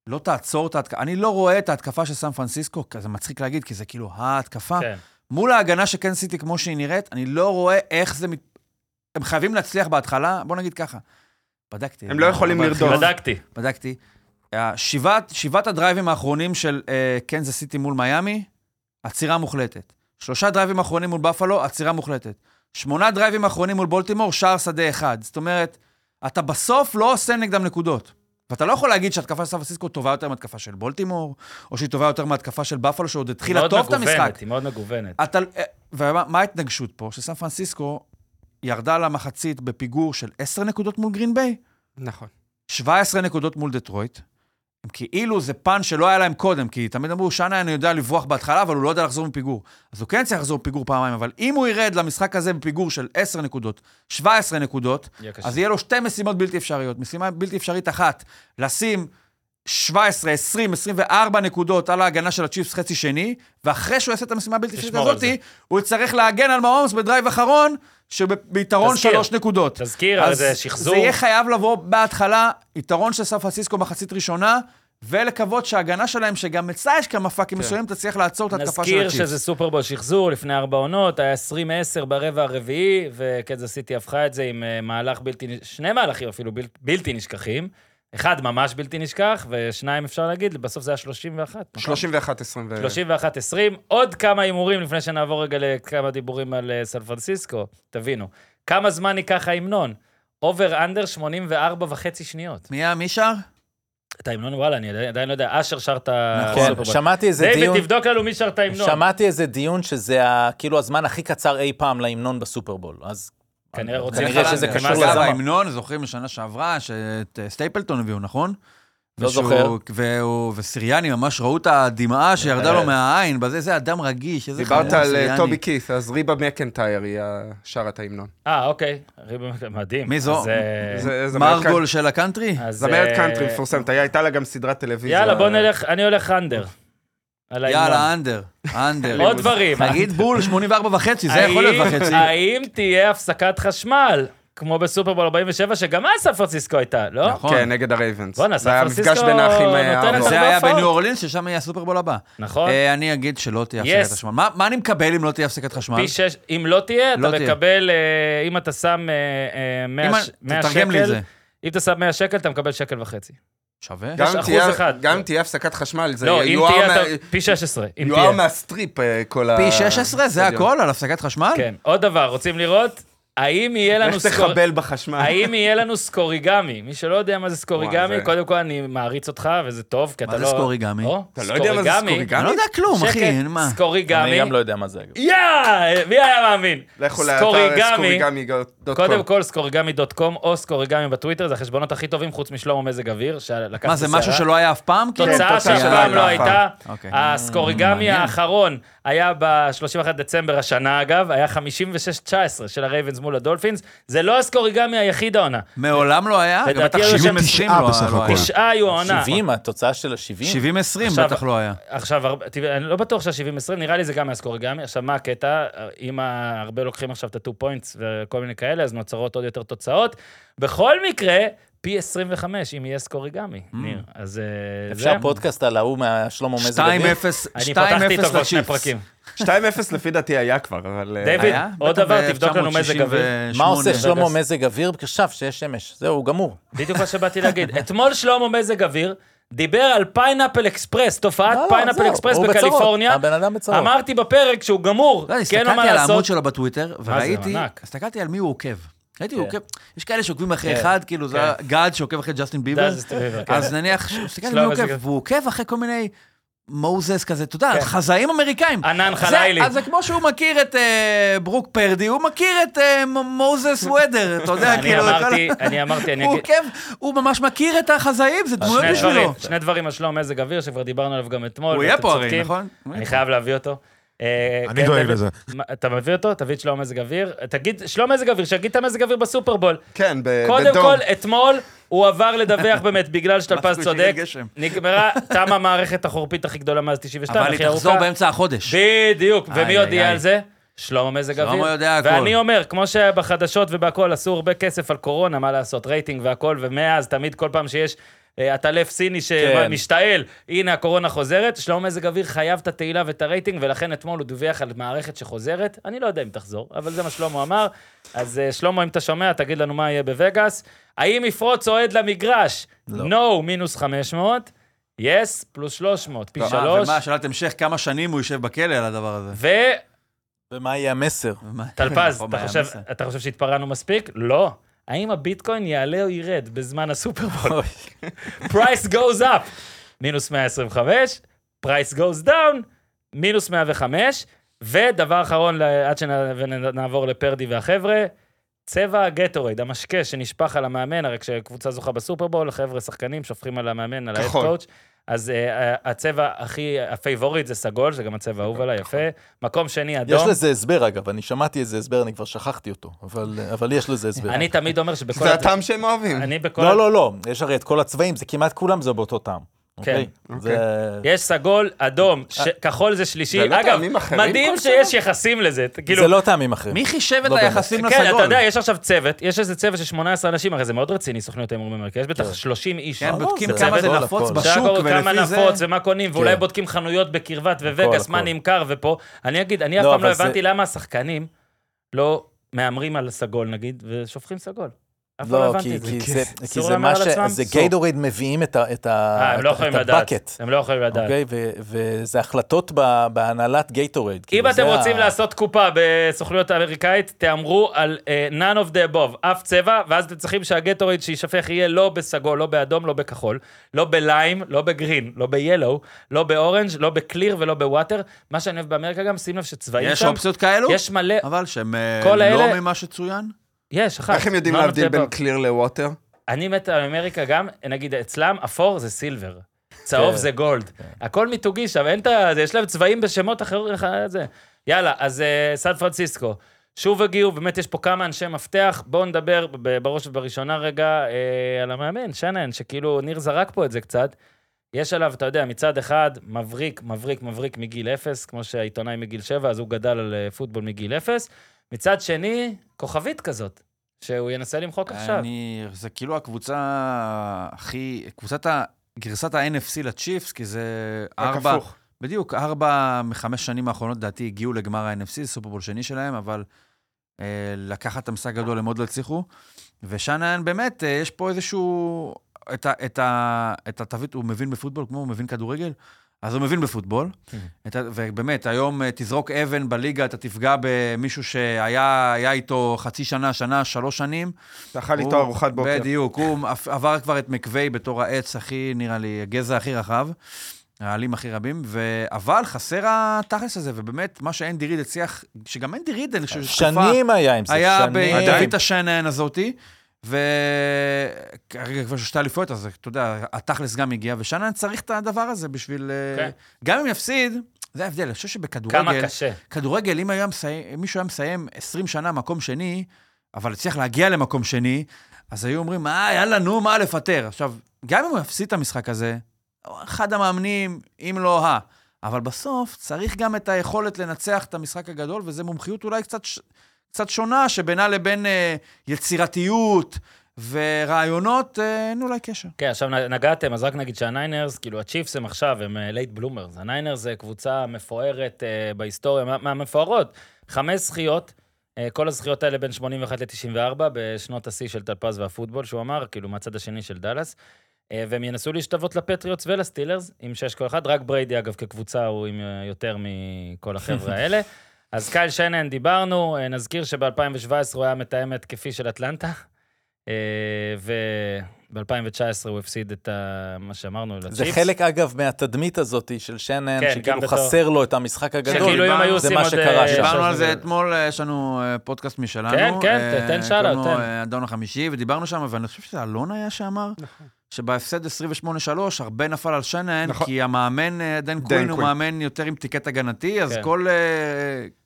לא תעצור את ההתקפה, אני לא רואה את ההתקפה של סן פרנסיסקו, כי זה מצחיק להגיד, כי זה כאילו ההתקפה. כן. מול ההגנה של קנזס סיטי כמו שהיא נראית, אני לא רואה איך זה... מת... הם חייבים להצליח בהתחלה, בוא נגיד ככה. בדקתי. הם לא יכולים אבל- לרדוף. בדקתי. בדקתי. ה- שבעת, שבעת הדרייבים האחרונים של אה, קנזס סיטי מול מיאמי, עצירה מוחלטת. שלושה דרייבים אחרונים מול בפלו, עצירה מוחלטת. שמונה דרייבים אחרונים מול בולטימור, שער שדה אחד. זאת אומרת, אתה בסוף לא עושה נגדם נקודות. ואתה לא יכול להגיד שהתקפה של סן פרנסיסקו טובה יותר מהתקפה של בולטימור, או שהיא טובה יותר מהתקפה של בפלו, שעוד היא התחילה מאוד טוב את המשחק. מגוונת, היא מאוד מגוונת. אתה... אה, ומה מה ההתנגשות פה? שסן פרנסיסקו ירדה למחצית בפיגור של 10 נקודות מול גרין ביי, נכון. 17 נקודות מול דטרויט. הם כאילו זה פן שלא היה להם קודם, כי תמיד אמרו, שנה אני יודע לברוח בהתחלה, אבל הוא לא יודע לחזור מפיגור. אז הוא כן צריך לחזור מפיגור פעמיים, אבל אם הוא ירד למשחק הזה בפיגור של 10 נקודות, 17 נקודות, יהיה קשה. אז יהיה לו שתי משימות בלתי אפשריות. משימה בלתי אפשרית אחת, לשים 17, 20, 24 נקודות על ההגנה של הצ'יפס חצי שני, ואחרי שהוא יעשה את המשימה הבלתי אפשרית תשמור על הזאתי, הוא יצטרך להגן על מהומס בדרייב אחרון, שביתרון תזכיר. שלוש נקודות. תזכיר, אז הרי זה שחזור. זה יהיה חייב לבוא בהתחלה, יתרון של סן פרנסיסקו מחצית ראשונה, ולקוות שההגנה שלהם, שגם אצלה יש כמה פאקים מסוימים, תצליח לעצור את ההתקפה של נזכיר הצ'יפס. שזה סופרבול שחזור לפני ארבע עונות, היה 20-10 ברבע הרביעי, וקנזס סיטי הפכה את זה עם אה, מהלך בלתי, נש- שני מהלכים אפילו בל, בלתי נשכחים. אחד ממש בלתי נשכח, ושניים אפשר להגיד, בסוף זה היה 31. נכון? 31, 20 ו... 31-20, עוד כמה הימורים לפני שנעבור רגע לכמה דיבורים על אה, סן פרנסיסקו, תבינו. כמה זמן ייקח ההמנון? אובר אנדר 84 וחצי שניות. מי היה- מי שר? את ההמנון, וואלה, אני עדיין- עדיין לא יודע, אשר שר את כן, הסופרבול. שמעתי איזה דיון, אה, דיוויד, תבדוק לנו מי שר את ההמנון. שמעתי איזה דיון שזה ה- כאילו הזמן הכי קצר אי פעם להמנון בסופרבול, אז כנראה רוצים... כנראה שזה חלנדר. קשור מה זה זה היה לזמר. בהמנון, זוכרים בשנה שעברה, שאת אה, סטייפלטון הביאו, נכון? לא ושהוא- זוכר. והוא- וסיריאני, ממש ראו את הדמעה שירדה לו באמת. מהעין, בזה זה אדם רגיש, איזה חמור דיברת על אה, סיריאני. טובי כית', אז ריבה מקנטייר היא שרה את ההמנון. אה, אוקיי. ריבן- מדהים. מי זו? אז, אה, זה- זה זמרת מרגול של הקאנטרי? אז, זמרת אה, קאנטרי מפורסמת, היה- הייתה לה גם סדרת טלוויזיה. יאללה, בוא נלך, אני הולך אנדר. על ההמנון. יאללה, אנדר, אנדר. עוד דברים. נגיד בול 84 וחצי, זה יכול להיות האם- וחצי. האם תהיה הפסקת חשמל, כמו בסופרבול 47, שגם אז סן פרנסיסקו הייתה, לא? נכון. כן, נגד הרייבנס. בואנה, זה היה סן מפגש פרנסיסקו בין האחים אה, נותן הארלו. לך- זה היה בהופעות. בניו אורלינס, ששם יהיה הסופרבול הבא. נכון. אה, אני אגיד שלא תהיה Yes. הפסקת חשמל. מה מה אני מקבל אם לא תהיה הפסקת חשמל? פי שש, אם לא תהיה, לא אתה תהיה. מקבל, אה, אם אתה שם אה, אה, 100 אם ש- אני- 100 תתרגם לי את שקל, זה. אם אתה שם 100 שקל, אתה מקבל שקל וחצי. שווה? גם יש תהיה- אחוז אחד. גם תהיה הפסקת חחשמל, זה לא, אם יואר תהיה, מה- אתה... פי 16, אם יואר תהיה. מהסטריפ אה, כל ה... פי 16? זה בדיוק. הכל על הפסקת חשמל? כן, עוד דבר, רוצים לראות? האם יהיה לנו לך סקור... תחבל בחשמל. האם יהיה לנו סקוריגמי? מי שלא יודע מה זה סקוריגמי, וואי, זה- קודם כל אני מעריץ אותך, וזה טוב, כי מה אתה לא... זה סקוריגמי? או, אתה לא יודע מה זה סקוריגמי? אני לא יודע כלום, אחי, שקט, אין מה. אני סקוריגמי. גם לא יודע מה זה. אגב. יא! מי היה מאמין? לכו לאתר סקוריגמי.com. קודם כל, סקוריגמי.com או סקוריגמי בטוויטר, זה החשבונות הכי טובים חוץ משלמה מזג אוויר, שלקחתי מה, זה משהו שערה. שלא היה אף פעם? כאילו? תוצאה כן, תוצאה שאף שלא פעם לא הייתה אף הייתה. אוקיי. הסקוריגמי מעניין. האחרון היה ב-31 דצמבר השנה, אגב, היה 56-19 של הרייבנס מול הדולפינס. זה לא הסקוריגמי היחיד העונה. מעולם לא היה? לדעתי גם בטח היו שם 70-90 לא בסך לא הכל. היה. תשעה היו העונה. 70, התוצאה של ה-70? 70-20 עכשיו- בטח לא היה. עכשיו, הרבה- תראה, אני לא בטוח שה-70-20, נראה לי זה גם מהסקוריגמי. עכשיו, מה הקטע? אם ה- הרבה לוקחים עכשיו את ה-2 points וכל מיני כאלה, אז נוצרות עוד יותר תוצאות. בכל מקרה, פי 25, אם יהיה Mm. סקוריגמי, ניר. אז אה, זה... אפשר פודקאסט על ההוא מהשלמה מזג 2-0 אוויר? 2-0 אני פתחתי איתו כבר שני לצ'יפס. פרקים. 2-0 לפי דעתי היה כבר, אבל... אה, דיוויד, אה, היה? עוד בטח דבר, תבדוק לנו מזג אוויר. ב- מה עושה 1968. שלמה מזג אוויר? עכשיו שיש שמש, זהו, הוא גמור. בדיוק מה שבאתי להגיד. אתמול שלמה מזג אוויר דיבר על פיינאפל אקספרס, תופעת לא, לא, פיינאפל זהו, אקספרס הוא בצרות. בקליפורניה. הבן אדם בצרות. אמרתי בפרק שהוא גמור, לא, אני כי אין לו הסתכלתי כן, מה על העמוד לעשות. שלו בטוויטר, זה, וראיתי, ענק. הסתכלתי על מי הוא עוקב. ראיתי, הוא כן. עוקב, יש כאלה שעוקבים אחרי כן, אחד, כאילו זה כן. גאד שעוקב אחרי ג'סטין ביבר, ג'סטין ביבר, כן. אז נניח, ש- הסתכלתי על מי שלום, הוא עוקב, איזה- והוא עוקב אחרי כל מיני מוזס כזה, אתה יודע, חזאים אמריקאים. כן. ענן זה- חלילי. אז זה כמו שהוא מכיר את אה, ברוק פרדי, הוא מכיר את אה, מ- מוזס וודר, אתה יודע, אני כאילו, את כל אמרתי, ה- אני אמרתי, אני הוא אגיד... עוקב, הוא ממש מכיר את החזאים, זה דמויות שני דברים, בשבילו. שני דברים על שלום מזג אוויר, שכבר דיברנו עליו גם אתמול. הוא יהיה ואתם פה הרי, צודקים. נכון? אני חייב להביא אותו. אה, אני כן, דואג דוד, לזה. מה- אתה מביא אותו? תביא את שלום מזג אוויר. תגיד, שלום מזג אוויר, שיגיד את המזג אוויר בסופרבול. כן, ב- אה, בדום. קודם כל, אתמול הוא עבר לדווח באמת בגלל שטלפז מצחיק, צודק. גשם. נגמרה, תמה המערכת החורפית הכי גדולה מאז 92, אבל היא הכי ארוכה. תחזור באמצע החודש. בדיוק, איי, ומי עוד איי, יהיה איי. על זה? שלמה מזג שלמה אוויר. יודע הכל. ואני אומר, כמו שבחדשות ובהכל עשו הרבה כסף על קורונה, מה לעשות, רייטינג והכל, ומאז תמיד כל פעם שיש אה, עטלף סיני כן. שמשתעל, הנה הקורונה חוזרת, שלמה מזג אוויר חייב את התהילה ואת הרייטינג, ולכן אתמול הוא דיווח על מערכת שחוזרת, אני לא יודע אם תחזור, אבל זה מה שלמה אמר. אז אה, שלמה, אם אתה שומע, תגיד לנו מה יהיה בווגאס. האם יפרוץ אוהד למגרש? לא. נו, מינוס 500. יס, פלוס 300, פי לא, אה, 3. ומה, שאלת המשך, כמה שנים הוא יושב בכלא על הדבר הזה? ומה יהיה המסר? ומה- טלפז, אוקיי, נכון, אתה מה, חושב- בסדר. אתה חושב שהתפרענו מספיק? לא. האם הביטקוין יעלה או ירד בזמן הסופרבול? פרייס goes up, מינוס 125, פרייס goes down, מינוס 105, ודבר אחרון, ל- עד שנעבור לפרדי והחבר'ה, צבע הגטורייד, המשקה שנשפך על המאמן, הרי כשקבוצה זוכה בסופרבול, חבר'ה, שחקנים, שופכים על המאמן, על כחול. ה-head coach. אז אה, הצבע הכי, הפייבוריט זה סגול, זה גם הצבע האהוב עליי, יפה. מקום שני, אדום. יש לזה הסבר אגב, אני שמעתי איזה הסבר, אני כבר שכחתי אותו, אבל אבל יש לזה הסבר. אני תמיד אומר שבכל... זה הד- הטעם שהם אוהבים. אני בכל... לא, לא, לא, יש הרי את כל הצבעים, זה כמעט כולם זה באותו טעם. כן. אוקיי? אוקיי. זה... יש סגול, אדום, אה. ש- כחול זה זה שלישי. לא אגב, טעמים אחרים מדהים כלשהם? שיש יחסים לזה. ת- כאילו, זה לא טעמים אחרים. מי חישב את לא באמת. היחסים לסגול? כן, אתה יודע, יש עכשיו צוות, יש איזה צוות של 18 אנשים, הרי זה מאוד רציני, סוכניות ההימורים במרכז, יש בטח 30 איש. כן, לא, בודקים זה כמה זה הכל, נפוץ הכל. בשוק, שהכל, כמה ולפי זה... נפוץ ומה קונים, ואולי כן. בודקים חנויות בקרבת ווגאס, הכל. מה נמכר ופה. אני אגיד, אני אף לא, פעם לא אבל זה- הבנתי למה השחקנים לא מהמרים על סגול, נגיד, ושופכים סגול. אף פעם לא לא, הבנתי כי, את זה. כי זה, כי אסור זה להמר מה על ש... עצמם? זה גיידוריד מביאים את ה... את ה... אה, הם לא את ה- יכולים את לדעת. הבקט, הם לא יכולים לדעת. אוקיי? ו- וזה החלטות ב- בהנהלת גייטוריד. אם אתם רוצים לעשות קופה בסוכניות האמריקאית, תהמרו על אה, none of the above, אף צבע, ואז אתם צריכים שהגטוריד שיישפך יהיה לא בסגול, לא באדום, לא בכחול, לא בליים, לא בגרין, לא ב-yellow, לא באורנג', לא בקליר ולא בוואטר. מה שאני אוהב באמריקה גם, שים לב שצבעים יש שם, אופציות כאלו? יש מלא, אבל שהם אה, כל לא האלה- ממה שצוין? יש, אחת. איך הם יודעים none of להבדיל the בין above. קליר לווטר? אני מת על אמריקה גם, נגיד אצלם, אפור זה סילבר. צהוב כן, זה גולד. הכל מיתוגי שם, אין את ה... זה, יש להם צבעים בשמות אחרים, לך זה. יאללה, אז אה, סן פרנסיסקו. שוב הגיעו, באמת יש פה כמה אנשי מפתח. בואו נדבר ב- בראש ובראשונה רגע אה, על המאמן, שנן, שכאילו ניר זרק פה את זה קצת. יש עליו, אתה יודע, מצד אחד, מבריק, מבריק, מבריק מגיל אפס, כמו שהעיתונאי מגיל שבע, אז הוא גדל על אה, פוטבול מגיל אפס. מצד שני, כוכבית כזאת, שהוא ינסה למחוק עכשיו. אני... זה כאילו הקבוצה הכי... קבוצת ה... גרסת ה-NFC לצ'יפס, כי זה רק ארבע... הפוך. בדיוק, ארבע מחמש שנים האחרונות, לדעתי, הגיעו לגמר ה-NFC, זה סופרבול שני שלהם, אבל אה, לקחת את המשחק גדול הם עוד לא הצליחו. ושאנן, באמת, אה, יש פה איזשהו... את, ה, את, ה, את התווית, הוא מבין בפוטבול כמו הוא מבין כדורגל, אז הוא מבין בפוטבול. כן. את, ה- ובאמת, היום אה, תזרוק אבן בליגה, אתה תפגע במישהו שהיה היה איתו חצי שנה, שנה, שלוש שנים. תאכל הוא- איתו ארוחת בוקר. בדיוק, הוא עף- עבר כבר את מקווי בתור העץ הכי, נראה לי, הגזע הכי רחב, העלים הכי רבים, ו... אבל חסר התכלס הזה, ובאמת, מה שאנדי ריד הצליח, שגם אנדי ריד, אני חושב, שתקופה- שנים היה עם זה, היה שנים. בדוד השנן הזאתי, וכרגע כבר שתי אליפויות, אז אתה יודע, התכלס גם הגיע, ושנן צריך את הדבר הזה בשביל... אה, כן. גם אם יפסיד, זה ההבדל, אני חושב שבכדורגל... כמה קשה. כדורגל, אם היה מסיים, אם מישהו היה מסיים 20 שנה מקום שני, אבל הצליח להגיע למקום שני, אז היו אומרים, אה, יאללה, נו, מה לפטר? עכשיו, גם אם הוא יפסיד את המשחק הזה, אחד המאמנים, אם לא ה... אבל בסוף צריך גם את היכולת לנצח את המשחק הגדול, וזו מומחיות אולי קצת, ש- קצת שונה, שבינה לבין אה, יצירתיות ורעיונות, אה, אין אולי קשר. כן, עכשיו נ- נגעתם, אז רק נגיד שהניינרס, כאילו הצ'יפס הם עכשיו, הם לייט בלומרס. הניינרס זה קבוצה מפוארת אה, בהיסטוריה, מה- מהמפוארות. חמש זכיות, אה, כל הזכיות האלה בין 81 ל-94, בשנות השיא של טלפז והפוטבול, שהוא אמר, כאילו, מהצד השני של דאלאס. אה, והם ינסו להשתוות לפטריוטס ולסטילרס, עם שש כל אחד. רק בריידי, אגב, כקבוצה, הוא עם אה, יותר מכל החבר'ה האלה. אז קייל שנן דיברנו, אה, נזכיר שב-2017 הוא היה מתאם התקפי של אטלנטה, אה, וב-2019 הוא הפסיד את ה... מה שאמרנו, לצ'יפס. זה חלק, אגב, מהתדמית הזאת של שנן, כן, גם שכאילו בתור- חסר לו את המשחק הגדול, שכאילו אם היו זה עושים מה עוד, שקרה אה, שם. עכשיו דיברנו על זה- זה אתמול, אה, יש לנו אה, פודקאסט משלנו. כן, כן, אה, תן שאלה, קוראים לו, תן. אה, אדון החמישי, ודיברנו שם, ואני חושב שזה אלון היה שאמר, שבהפסד 28-3 הרבה נפל על שנן, נכון. כי המאמן, אה, דן קווין, הוא קווין. מאמן יותר עם טיקט הגנתי, אז כן. כל אה,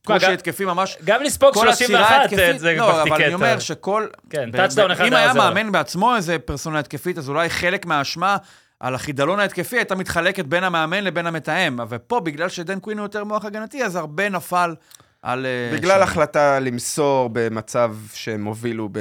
תשמע, קושי גם- התקפי ממש... גם לספוג כל עצירה 31 זה- התקפית, אה, זה לא, אבל אני בטיקט. אומר שכל... כן, ב- טאצ'דאון ב- אחד אם היה היה עוזר לו. מאמן בעצמו איזה פרסונה התקפית, אז אולי חלק מהאשמה על החידלון ההתקפי הייתה מתחלקת בין המאמן לבין המתאם. ופה, בגלל שדן קווין הוא יותר מוח הגנתי, אז הרבה נפל על... אה, בגלל שם. החלטה למסור במצב שהם הובילו ב-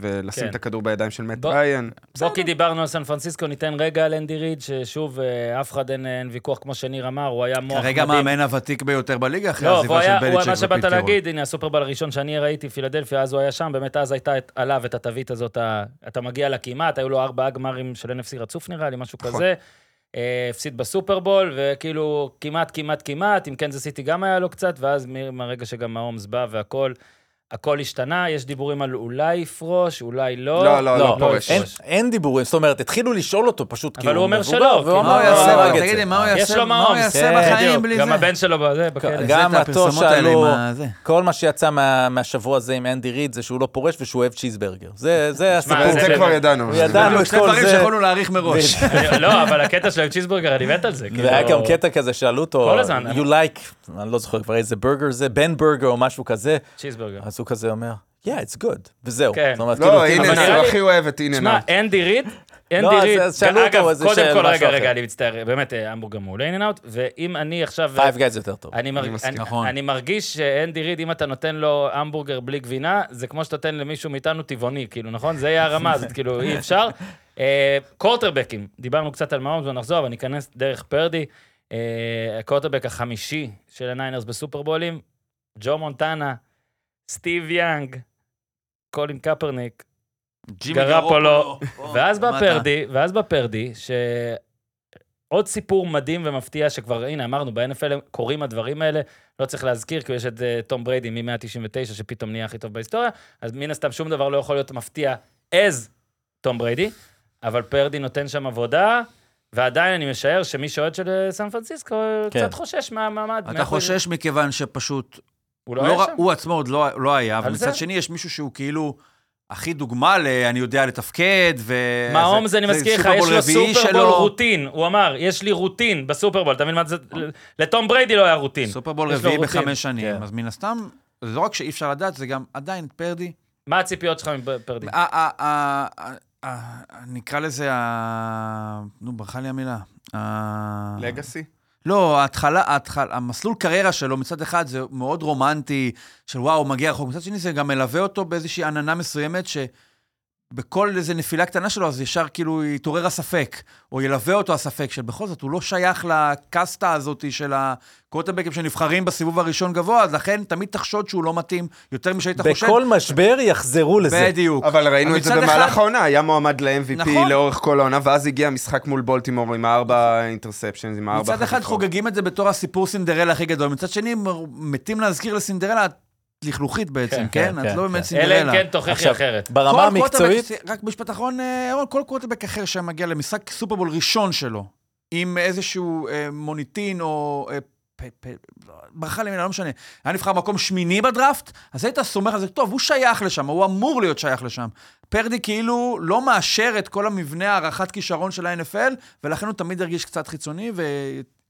ולשים כן. את הכדור בידיים של מאט בוא- ריין. בוא, כי דיברנו על סן פרנסיסקו, ניתן רגע על אנדי ריד, ששוב, אה, אף אחד אין אין ויכוח, כמו שניר אמר, הוא היה מוח כרגע מדהים. המאמן הוותיק ביותר בליגה, אחרי לא, והוא העזיבה של היה, בליצ'ק הוא, מה שבאת ופיט קירול. להגיד, הנה, הסופרבל הראשון שאני ראיתי, פילדלפיה, אז הוא היה שם, באמת אז הייתה את, עליו את התווית הזאת, ה, אתה מגיע לכמעט, היו לו ארבעה גמרים של NFC רצוף נראה לי, משהו נכון. כזה. אה, הפסיד בסופרבול, וכאילו כמעט, כמעט, כמעט, עם קנזס סיטי גם היה לו קצת, ואז מ- מהרגע שגם ההומס בא והכל, הכל השתנה, יש דיבורים על אולי יפרוש, אולי לא. לא, לא, לא, לא פורש. אין- אין דיבורים, זאת אומרת, התחילו לשאול אותו פשוט, אבל כי הוא אומר מבוגר, שלא, כי והוא מה הוא אמר, יעשה? "לא, אבל הרג את תגיד זה". לי, מה הוא יש יעשה לו מה הוא מעומס, יעשה כן, בחיים בדיוק. בלי זה? גם הבן שלו בזה, בכלא. גם כן, זה את התור הפרסומות האלה שעלו- עם הזה. כל מה שיצא מה- מהשבוע הזה עם אנדי ריד זה שהוא לא פורש ושהוא אוהב צ'יזברגר. זה זה זה הסיפור. זה זה- כבר ידענו. ידענו את שני כל דברים זה. שיכולנו להעריך מראש. לא, אבל הקטע של הצ'יזבורגר, אני מת על זה. כאילו- והיה גם קטע כזה, שאלו אותו, כל הזמן. you like, אני לא זוכר כבר איזה ברגר זה, בן ברגר או משהו כזה, צ'יזבורגר. אז הוא כזה אומר, yeah, it's good, וזהו. כן. זאת אומרת, לא, כאילו, אבל הנה, נראה הוא לי- הכי אוהב את הנה. תשמע, נא. אנדי ריד, אין לא, אז- דירית. אז שאלו אותו אגב, איזה קודם שאלה, כל, רגע, משהו רגע, אחר. אני מצטער, באמת, אה, המבורגר מעולה, אין אאוט, ואם אני עכשיו... פייב גייז יותר טוב. אני, מרג... אני מסכים. אני, נכון. אני מרגיש שאנדי ריד, אם אתה נותן לו המבורגר בלי גבינה, זה כמו שאתה נותן למישהו מאיתנו טבעוני, כאילו, נכון? זה יהיה הרמה, אז כאילו אי אפשר. אה, קורטרבקים, דיברנו קצת על מעומס ונחזור, אבל ניכנס דרך פרדי. אה, הקורטרבק החמישי של הניינרס בסופרבולים, ג'ו מונטנה, סטיב יאנג, קולין קפרניק, ג'ימי גרפולו. גרפולו. לא. ואז בא מה אתה? פרדי, ואז בא פרדי, ש... עוד סיפור מדהים ומפתיע שכבר, הנה, אמרנו, ב-NFL הם קורים הדברים האלה, לא צריך להזכיר, כי יש את אה, טום בריידי מ-199, שפתאום נהיה הכי טוב בהיסטוריה, אז מן הסתם שום דבר לא יכול להיות מפתיע as טום בריידי, אבל פרדי נותן שם עבודה, ועדיין אני משער שמי שאוהד של אה, סן פרנסיסקו אה, כן. קצת חושש מהמעמד. אתה חושש מכיוון שפשוט הוא לא לא היה רא- שם? הוא עצמו עוד לא, לא היה, אבל על מצד זה. שני יש מישהו שהוא כאילו הכי דוגמה ל... אני יודע לתפקד, ו... מה הומז, אני מזכיר לך, יש אה, סופרבול לו רביעי סופרבול שלו. אה. רוטין. הוא אמר, יש לי רוטין בסופרבול, אתה מבין מה זה? לטום בריידי לא היה רוטין. סופרבול יש לו רביעי רוטין. בחמש שנים, כן. אז מן הסתם, זה לא רק שאי אפשר לדעת, זה גם עדיין פרדי. מה הציפיות שלך מפרדי? ה- ה- ה- ה- ה- נקרא לזה ה... נו, ברחה לי המילה. ה- אה, לגאסי? לא, ההתחלה, ההתחלה, המסלול קריירה שלו מצד אחד זה מאוד רומנטי, של וואו, הוא מגיע רחוק, מצד שני זה גם מלווה אותו באיזושהי עננה מסוימת ש... בכל איזה נפילה קטנה שלו, אז ישר כאילו יתעורר הספק, או ילווה אותו הספק, שבכל זאת הוא לא שייך לקסטה הזאת של הקוטבקים שנבחרים בסיבוב הראשון גבוה, אז לכן תמיד תחשוד שהוא לא מתאים יותר משהיית חושב. בכל משבר יחזרו לזה. בדיוק. אבל ראינו את זה מצד במהלך אחד- העונה, היה מועמד ל-MVP נכון. לאורך כל העונה, ואז הגיע המשחק מול בולטימור עם הארבע אינטרספשנס, עם הארבע... מצד אחד חטיפות. חוגגים את זה בתור הסיפור סינדרלה הכי גדול, מצד שני הם מתים להזכיר לסינדרלה את לכלוכית בעצם, כן, כן? כן, את כן, לא באמת כן. אלא אם סינדרלה. כן תוכיח לי עכשיו, אחרת. ברמה כל קווטרבק- המקצועית, רק משפט אחרון, אה, ירון, כל קווטרבק אחר שמגיע למשחק סופרבול ראשון שלו, עם איזשהו אה, מוניטין או... אה, פ- פ- ברכה למילה, לא משנה. היה נבחר מקום שמיני בדראפט, אז היית סומך על זה, טוב, הוא שייך לשם, הוא אמור להיות שייך לשם. פרדי כאילו לא מאשר את כל המבנה הערכת כישרון של ה-NFL, ולכן הוא תמיד הרגיש קצת חיצוני,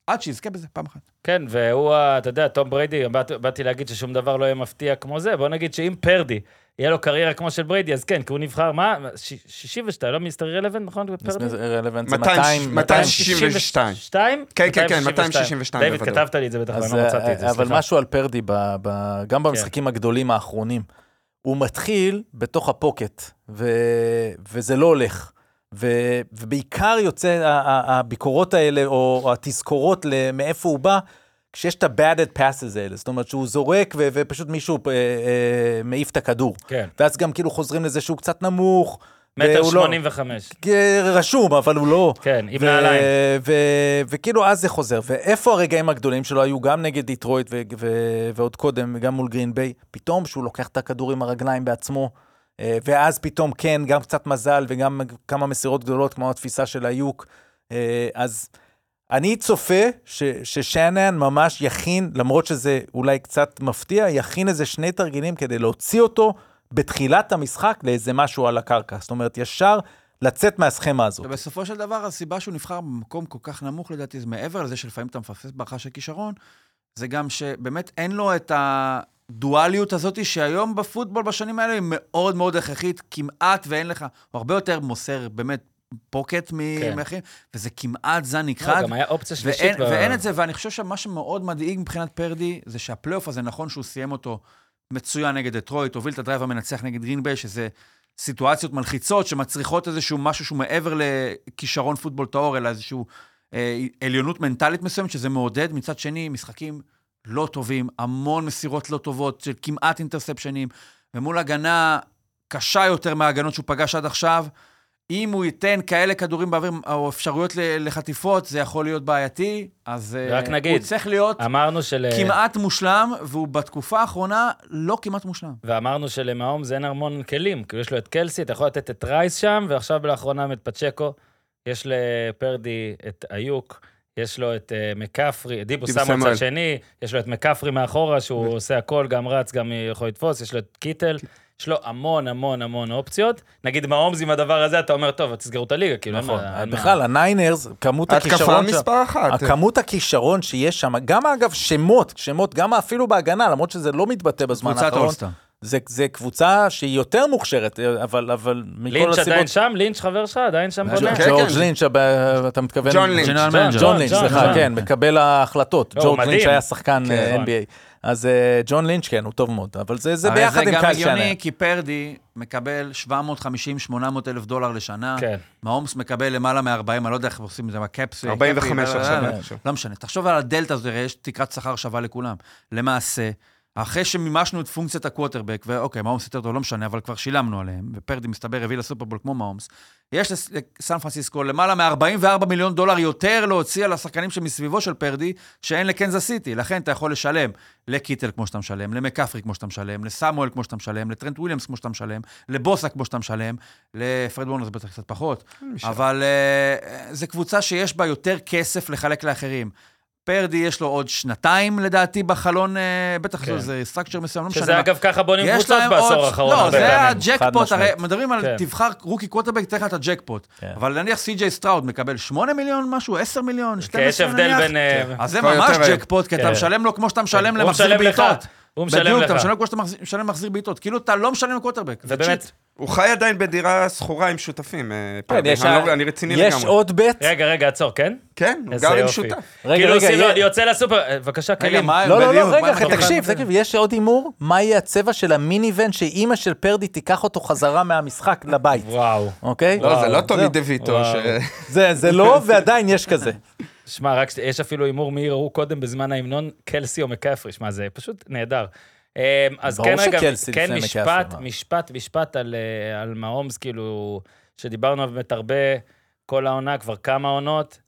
ועד שיזכה בזה פעם אחת. כן, והוא, ה- אתה יודע, טום בריידי, באת- באתי להגיד ששום דבר לא יהיה מפתיע כמו זה, בוא נגיד שאם פרדי, יהיה לו קריירה כמו של בריידי, אז כן, כי הוא נבחר, מה? ש- 62, לא מיסטר רלוונט, נכון? פרדי? רלוונט זה 200, 200, 262. 2? כן, כן, כן, 262, דיוויד, בוודאי. כתבת לי את זה בטח, אבל אז, אני לא מצאתי את זה, אה, אבל סליחה. כן. משהו על פרדי, ב, ב, גם במשחקים הגדולים האחרונים. הוא מתחיל בתוך הפוקט, ו, וזה לא הולך. ו, ובעיקר יוצא ה- ה- הביקורות האלה, או או התזכורות ל- מאיפה הוא בא, כשיש את ה-baded passes האלה. זאת אומרת שהוא זורק, ו, ופשוט מישהו אה, אה, מעיף את הכדור. כן. ואז גם כאילו חוזרים לזה שהוא קצת נמוך. מטר והוא לא- 85. אה, רשום, אבל הוא לא. כן, עם נעליים. ו- וכאילו אז זה חוזר. ואיפה הרגעים הגדולים שלו היו גם נגד דיטרויט ו- ו- ועוד קודם, גם מול גרין ביי? פתאום שהוא לוקח את הכדור עם הרגליים בעצמו, אה, ואז פתאום כן, גם קצת מזל וגם כמה מסירות גדולות, כמו התפיסה של היוק. אה, אז אני צופה ש- ששנן ממש יכין, למרות שזה אולי קצת מפתיע, יכין איזה שני תרגילים כדי להוציא אותו בתחילת המשחק לאיזה משהו על הקרקע. זאת אומרת, ישר לצאת מהסכמה הזאת. ובסופו של דבר, הסיבה שהוא נבחר במקום כל כך נמוך, לדעתי, זה מעבר לזה שלפעמים אתה מפספס ברכה של כישרון, זה גם שבאמת אין לו את הדואליות הזאת, שהיום בפוטבול בשנים האלה היא מאוד מאוד הכרחית, כמעט ואין לך, הוא הרבה יותר מוסר באמת פוקט כן. מאחרים, וזה כמעט זן לא, נכחד. גם היה אופציה ואין, שלישית. ב- ואין את זה, ואני חושב שמה שמאוד מדאיג מבחינת פרדי, זה שהפלייאוף הזה, נכון שהוא סיים אותו מצוין נגד דטרויט, הוביל את הדרייב המנצח נגד גרינביי, שזה סיטואציות מלחיצות שמצריכות איזשהו משהו שהוא מעבר לכישרון פוטבול טהור, אלא איזשהו אה, עליונות מנטלית מסוימת, שזה מעודד. מצד שני, משחקים לא טובים, המון מסירות לא טובות, של כמעט אינטרספשנים, ומול הגנה קשה יותר מההגנות שהוא פגש עד עכשיו. אם הוא ייתן כאלה כדורים באוויר, או אפשרויות ל- לחטיפות, זה יכול להיות בעייתי, אז אה, רק נגיד, אמ, אה, הוא צריך להיות אמרנו של... כמעט מושלם, והוא בתקופה האחרונה לא כמעט מושלם. ואמרנו שלמהומס אין המון כלים, כאילו יש לו את קלסי, אתה יכול לתת את רייס שם, ועכשיו לאחרונה את פצ'קו, יש לפרדי את איוק, יש לו את אה, מקפרי, את דיבו דיבו סמואל סמואל. צד שני, יש לו את מקפרי מאחורה, שהוא עושה הכל, גם רץ, גם יכול לתפוס, יש לו את קיטל, יש לו המון המון המון אופציות. נגיד מהומס עם הדבר הזה, אתה אומר, טוב, אז תסגרו את הליגה, כאילו, אין נכון, מה- אין מה- בכלל, הניינרס, כמות התקפה הכישרון שם, מספר אחת. הכמות הכישרון שיש שם, גם אגב שמות, שמות, גם אפילו בהגנה, למרות שזה לא מתבטא בזמן קבוצת האחרון, אולסטאר. זה, זה קבוצה שהיא יותר מוכשרת, אבל, אבל מכל לינץ' עדיין הסיבות... שם? לינץ' חבר שלך עדיין שם בונה? כן, ג'ורג' כן. לינץ', הבא- אתה מתכוון... ג'ון לינץ'. ג'נרל ג'ון, מנג'ר. ג'ון לינץ', ג'ון, סליחה, ג'ון. כן, מקבל ההחלטות. לא, הוא ג'ורג' לינץ' מדהים. היה שחקן כן, אה, נכון. NBA. אז אה, ג'ון לינץ', כן, הוא טוב מאוד, אבל זה זה הרי ביחד עם קייל זה גם שנה. הגיוני, כי פרדי מקבל 750-800 אלף דולר לשנה. כן. מהאומס מקבל למעלה מ-40, אני לא יודע איך עושים את זה, מה קאפס... 45 קאפי, עכשיו, לא, אני לא, חושב. לא משנה. תחשוב על הדלתא הזו, הרי יש תקרת שכר שווה לכולם. למעשה, אחרי שמימשנו את פונקציית הקווטרבק, ואוקיי, מעומס יותר טוב, לא משנה, אבל כבר שילמנו עליהם, ופרדי מסתבר הביא לסופרבול כמו מעומס, יש לס- לסן פרנסיסקו למעלה מ-44 מיליון דולר יותר להוציא על השחקנים שמסביבו של פרדי, שאין לקנזס סיטי. לכן אתה יכול לשלם לקיטל כמו שאתה משלם, למקאפרי כמו שאתה משלם, לסמואל כמו שאתה משלם, לטרנט וויליאמס כמו שאתה משלם, לבוסה כמו שאתה משלם, לפרד וורנר זה בטח קצת פחות, אבל uh, זו קבוצה שיש בה יותר כסף לחלק לאחרים. פרדי יש לו עוד שנתיים לדעתי בחלון, אה, בטח כן. זה סטרקצ'ר מסוים, לא משנה. שזה מה. אגב ככה בונים יש קבוצות להם בעשור עוד- האחרון. לא, הרבה זה פעמים. הג'קפוט, חד הרי משמעית. מדברים על כן. תבחר רוקי קווטרבק, תן לך את הג'קפוט. כן. אבל נניח סי.ג'יי סטראוד מקבל 8 מיליון משהו, 10 מיליון, כי כן, יש 12 הבדל נניח. בין... אה, אז זה כן. כבר ממש יותר היום. ג'קפוט, כי אתה כן. משלם לו כמו שאתה משלם הוא למחזיר משלם לך. בעיטות. הוא משלם בדיוק, אתה לך. משלם כמו שאתה מחזיר- משלם מחזיר בעיטות. כאילו אתה לא משלם לקווטרבק. זה באמת... הוא חי עדיין בדירה שכורה עם שותפים, אה, כן, פרדי. יש אני ה- לא- אני רציני יש לגמרי. עוד בית? רגע, רגע, עצור, כן? כן, הוא איזה גר עם יופי. שותף. כן. רגע, כאילו רגע, עושים לו, יה- אני יוצא לסופר... אה, בבקשה, רגע, כלים. מה לא, לא, בדיוק, לא, מה רגע, הם אחי, מדברים? תקשיב, תקשיב, יש עוד הימור, מה יהיה הצבע של המיניבן שאימא של פרדי תיקח אותו חזרה מהמשחק לבית, וואו. אוקיי? לא, זה לא טוני זהו. דה ויטו, וואו. ש- זה- זה לא, ועדיין יש כזה. שמע, רק ש- יש אפילו הימור מי יראו קודם בזמן ההמנון, קלסי או מקאפרי. שמע, זה פשוט נהדר. אמ, אז ברור כן, רגע, שקלסי כן, לפני משפט, מקאפרי, מה? משפט, משפט על, אה, על מהומס, כאילו, שדיברנו עליו באמת הרבה, כל העונה, כבר כמה עונות.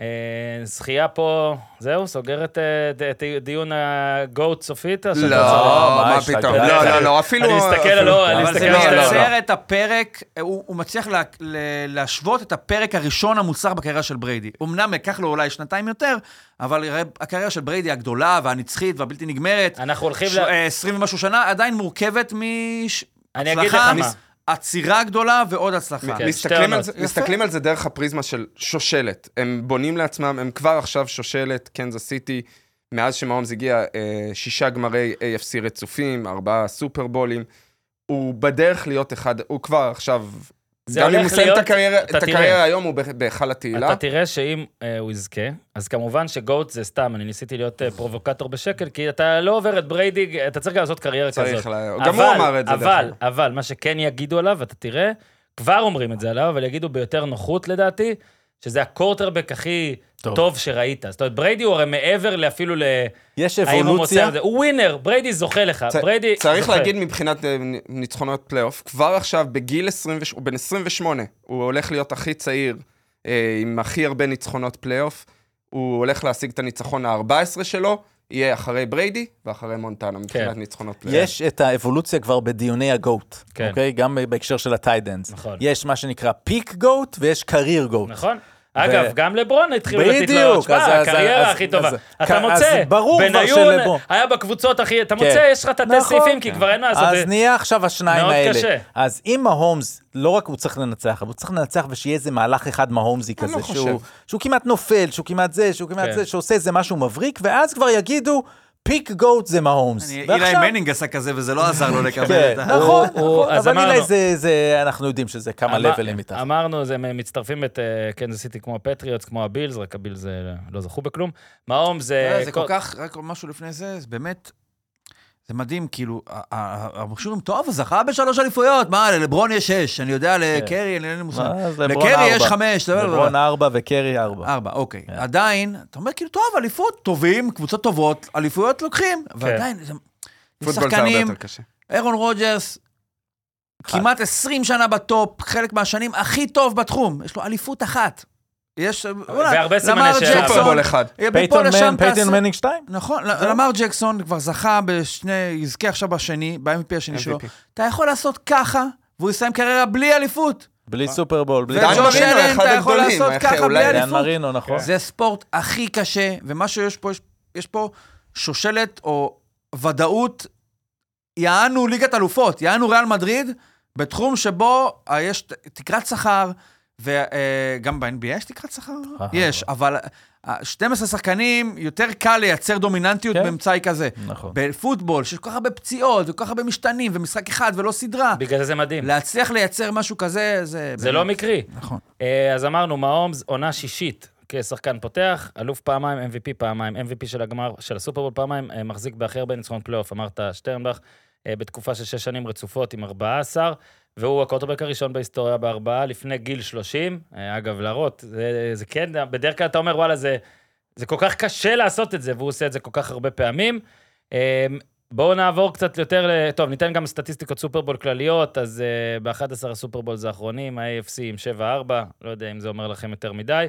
אה, זכייה פה, זהו, סוגרת אה, ד- את דיון הגוט סופית? או שאתה לא, רוצה- מה ממש, פתאום. רגע, לא, רגע. לא, לא, אפילו... אני מסתכל אפילו- על לא, אני אבל מסתכל זה על שתי- לא, לא. מייצר את הפרק, הוא הוא מצליח לה- ל- להשוות את הפרק הראשון המוצר בקריירה של בריידי. אמנם לקח לו אולי שנתיים יותר, אבל הרי הקריירה של בריידי הגדולה והנצחית והבלתי נגמרת, אנחנו הולכים ש- ל... אה, 20 ומשהו שנה, עדיין מורכבת אני אגיד מהצלחה, לך מה. עצירה גדולה ועוד הצלחה. כן, שתי מסתכלים על, עונות. זה, יפה. מסתכלים על זה דרך הפריזמה של שושלת. הם בונים לעצמם, הם כבר עכשיו שושלת, קנזס סיטי, מאז שמהומס הגיע, אה, שישה גמרי AFC רצופים, ארבעה סופרבולים. הוא בדרך להיות אחד, הוא כבר עכשיו, זה גם אם הוא הולך מסיים את להיות- הקריירה, אתה את תראה. הקריירה היום, הוא ב- בהיכל התהילה. אתה תראה שאם אה, הוא יזכה, אז כמובן שגוט זה סתם, אני ניסיתי להיות אה, פרובוקטור בשקל, כי אתה לא עובר את בריידי, אתה צריך גם לעשות קריירה כזאת. צריך, לה... גם הוא אבל- אמר את זה. דרך אבל, אגב. אבל, מה שכן יגידו עליו, אתה תראה, כבר אומרים את זה עליו, אבל יגידו ביותר נוחות לדעתי, שזה הקורטרבק הכי טוב. טוב שראית. זאת אומרת, בריידי הוא הרי מעבר לאפילו ל... יש האם הוא מוצא אבולוציה. את זה. הוא ווינר, בריידי זוכה לך, צ- בריידי צריך זוכה. להגיד מבחינת אה, נ- ניצחונות פלייאוף, כבר עכשיו, בגיל 28, הוא בן 28, הוא הולך להיות הכי צעיר אה, עם הכי הרבה ניצחונות פלייאוף, הוא הולך להשיג את הניצחון ה-14 שלו, יהיה אחרי בריידי ואחרי מונטנה, מבחינת ניצחונות פלייאוף. יש את האבולוציה כבר בדיוני הגוט, כן. אוקיי? גם בהקשר של הטיידנס. נכון. יש מה שנקרא פיק גוט ויש קרייר גוט. נכון. אגב, גם לברון התחילו לתת לו, בדיוק, שמע, אז- אז- הקריירה אז- הכי טובה. אז- אתה אז מוצא, ברור כבר בניון שלברון. היה בקבוצות הכי, אתה כן. מוצא, יש לך תתי נכון. סעיפים, כי כבר אין מה לעשות. אז נהיה עכשיו השניים מאוד האלה. קשה. אז אם מהומס, לא רק הוא צריך לנצח, אבל הוא צריך לנצח ושיהיה איזה מהלך אחד מהומזי אני כזה, לא חושב. שהוא, שהוא כמעט נופל, שהוא כמעט זה, שהוא כמעט כן. זה, שעושה איזה משהו מבריק, ואז כבר יגידו, פיק גוט זה מהומס. אילי ועכשיו- מנינג עשה כזה וזה לא עזר לו לקבל כן, את ה... נכון, הוא- הוא- נכון, אז אבל אילי אמרנו. זה, זה, אנחנו יודעים שזה כמה אמר- לבלים איתך. אמרנו, זה הם מצטרפים את אה, קנזס סיטי כמו הפטריוטס, כמו הבילס, רק הבילס זה לא זכו בכלום. מעום זה... אה, זה כל כך, רק משהו לפני זה, זה באמת, זה מדהים, כאילו, ה- ה- המחשוב טוב, הוא זכה בשלוש אליפויות, מה, ללברון יש שש, אני יודע, לקרי, אני אין לי מושג. אז לברון לקרי יש ארבע. חמש, לא, אתה יודע, לברון ארבע וקרי ארבע. ארבע, אוקיי. עדיין, אתה אומר, כאילו, טוב, אליפות, טובים, קבוצות טובות, אליפויות לוקחים, ועדיין, זה- יש פוטבול זה הרבה שחקנים, יותר קשה. אירון רוג'רס, אחד. כמעט 20 שנה בטופ, חלק מהשנים הכי טוב בתחום, יש לו אליפות אחת. יש, וואלה, והרבה סימני למר שאלה. ג'קסון, סופרבול אחד. אה, מפה פייתון לשם מנ- פייתון תעשה- מנינג שתיים? נכון, למר ג'קסון כבר זכה בשני, יזכה עכשיו בשני, ב-MVP השני שלו. MVP. אתה יכול לעשות ככה, והוא יסיים קריירה בלי אליפות. בלי סופרבול, בלי... דן וג'וש מרינו, אלן, אחד אתה יכול הגדולים, לעשות אחי, ככה אולי בלי דן דן אליפות. מרינו, נכון. זה הספורט הכי קשה, ומה שיש פה, יש, יש פה שושלת או ודאות, יענו ליגת אלופות, יענו ריאל מדריד, בתחום שבו אה, יש ת- תקרת שכר, וגם ב-NBA יש תקרת שכר? אה, יש, אבל אה, 12 שחקנים, יותר קל לייצר דומיננטיות כן. באמצעי כזה. נכון. בפוטבול, שיש כל כך הרבה פציעות, וכל כך הרבה משתנים, ומשחק אחד ולא סדרה, בגלל זה זה מדהים. להצליח לייצר משהו כזה, זה... זה לא מקרי. נכון. אה, אז אמרנו, מהאומס עונה שישית כשחקן פותח, אלוף פעמיים, MVP פעמיים, MVP של הגמר, של הסופרבול פעמיים, אה, מחזיק בהכי הרבה ניצחון פלייאוף, אמרת שטרנבך, אה, בתקופה של שש שנים רצופות עם 14, והוא הקוטרבק הראשון בהיסטוריה בארבעה, לפני גיל 30. אה, אגב, להראות, זה, זה כן, בדרך כלל אתה אומר, וואלה, זה, זה כל כך קשה לעשות את זה, והוא עושה את זה כל כך הרבה פעמים. אה, בואו נעבור קצת יותר ל... טוב, ניתן גם סטטיסטיקות סופרבול כלליות, אז uh, ב-11 הסופרבולס האחרונים, ה-AFC עם 7-4, לא יודע אם זה אומר לכם יותר מדי.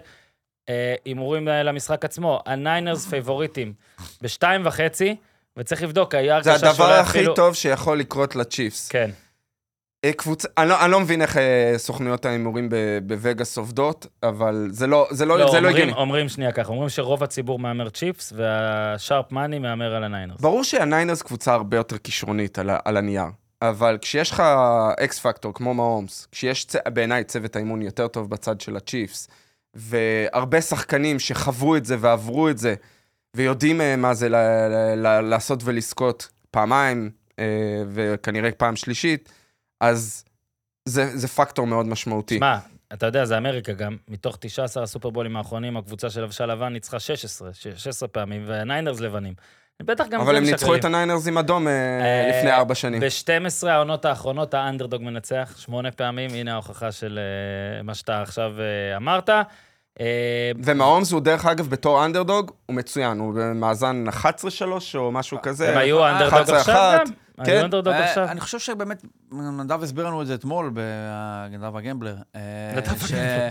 אה, הימורים uh, למשחק עצמו, הניינרס פייבוריטים בשתיים וחצי, וצריך לבדוק, היה זה הרגשה הדבר שאולי הכי אפילו- טוב שיכול לקרות לצ'יפס. כן, אה, קבוצה, אני לא, אני לא מבין איך אה, סוכנויות ההימורים ב- בווגאס עובדות, אבל זה לא, זה לא, לא, זה לא אומרים, הגיוני. אומרים שנייה ככה, אומרים שרוב הציבור מהמר צ'יפס, והשארפ מאני מהמר על הניינרס. ברור שהניינרס קבוצה הרבה יותר כישרונית על, ה- על הנייר, אבל כשיש לך אקס פקטור כמו מהאומס, כשיש צ... בעיניי צוות האימון יותר טוב בצד של הצ'יפס, והרבה שחקנים שחוו את זה ועברו את זה, ויודעים אה, מה זה ל... ל... ל... לעשות ולזכות פעמיים, אה, וכנראה פעם שלישית, אז זה, זה פקטור מאוד משמעותי. שמע, אתה יודע, זה אמריקה גם. מתוך 19 הסופרבולים האחרונים, הקבוצה שלבשה לבן ניצחה 16, 16 פעמים, והניינרס לבנים. בטח גם אבל זה הם ניצחו משקרים. את הניינרס עם אדום אה, אה, לפני ארבע שנים. ב-12 העונות האחרונות האנדרדוג מנצח, שמונה פעמים, הנה ההוכחה של אה, מה שאתה עכשיו אה, אמרת. אה, ומהאומס הוא, דרך אגב, בתור אנדרדוג, הוא מצוין, הוא במאזן 11-3 או משהו כזה. אה, הם היו אנדרדוג 11-1, עכשיו גם? כן. לא היו אנדרדוג אה, עכשיו? אני חושב שבאמת, נדב הסביר לנו את זה אתמול, ב- נדב הגמבלר. אה, נדב ש- הגמבלר,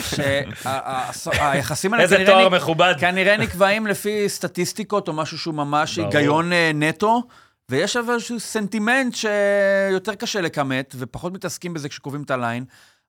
שה- ה- ה- היחסים האלה איזה כנראה תואר נק- מכובד. כנראה נקבעים לפי סטטיסטיקות או משהו שהוא ממש ברור. היגיון אה, נטו, ויש אבל איזשהו סנטימנט שיותר קשה לכמת, ופחות מתעסקים בזה כשקובעים את הליין,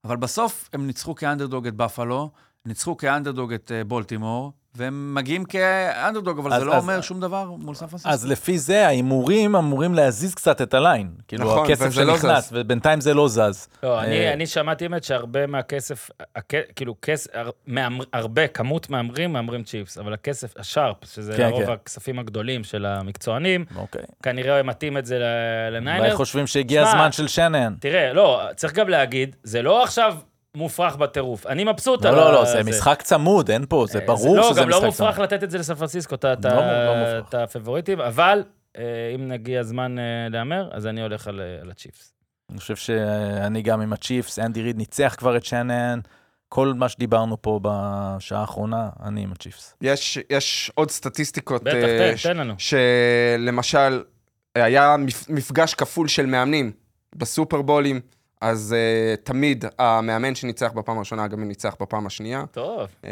אבל בסוף הם ניצחו כאנדרדוג את בפלו, ניצחו כאנדרדוג את אה, בולטימור, והם מגיעים כאנדרדוג, אבל אז- זה לא אז- אומר שום דבר מול סן פרנסיסקו. אז לפי זה ההימורים אמורים להזיז קצת את הליין. כאילו, נכון, הכסף וזה לא שנכנס, זז. ובינתיים זה לא זז. לא, אני, אה, אני שמעתי אמת שהרבה מהכסף, הכ- כאילו, כס, הר, מאמר, הרבה, כמות מהמרים, מהמרים צ'יפס, אבל הכסף, השארפ, שזה כן, לרוב כן. הכספים הגדולים של המקצוענים, אוקיי. כנראה מתאים את זה ל- אולי לניינרס. חושבים שהגיע שמע, הזמן של שנן. תראה, לא, צריך גם להגיד, זה לא עכשיו מופרך בטירוף. אני מבסוט על לא, לא, ה- לא, זה משחק צמוד, אין פה, זה ברור שזה משחק צמוד. לא, גם לא מופרך לתת את זה לסן פרנסיסקו, אתה- אתה לא מופרך. אתה הפבוריטים, אבל אה, אם נגיע הזמן אה, להמר, אז אני הולך על אה, על הצ'יפס. אני חושב שאני גם עם הצ'יפס, אנדי ריד ניצח כבר את שנן, כל מה שדיברנו פה בשעה האחרונה, אני עם הצ'יפס. יש, יש עוד סטטיסטיקות. בטח, אה, תן, ש- תן לנו. שלמשל, היה מפ- מפגש כפול של מאמנים בסופרבולים, אז uh, תמיד המאמן שניצח בפעם הראשונה, גם אם ניצח בפעם השנייה. טוב. Uh,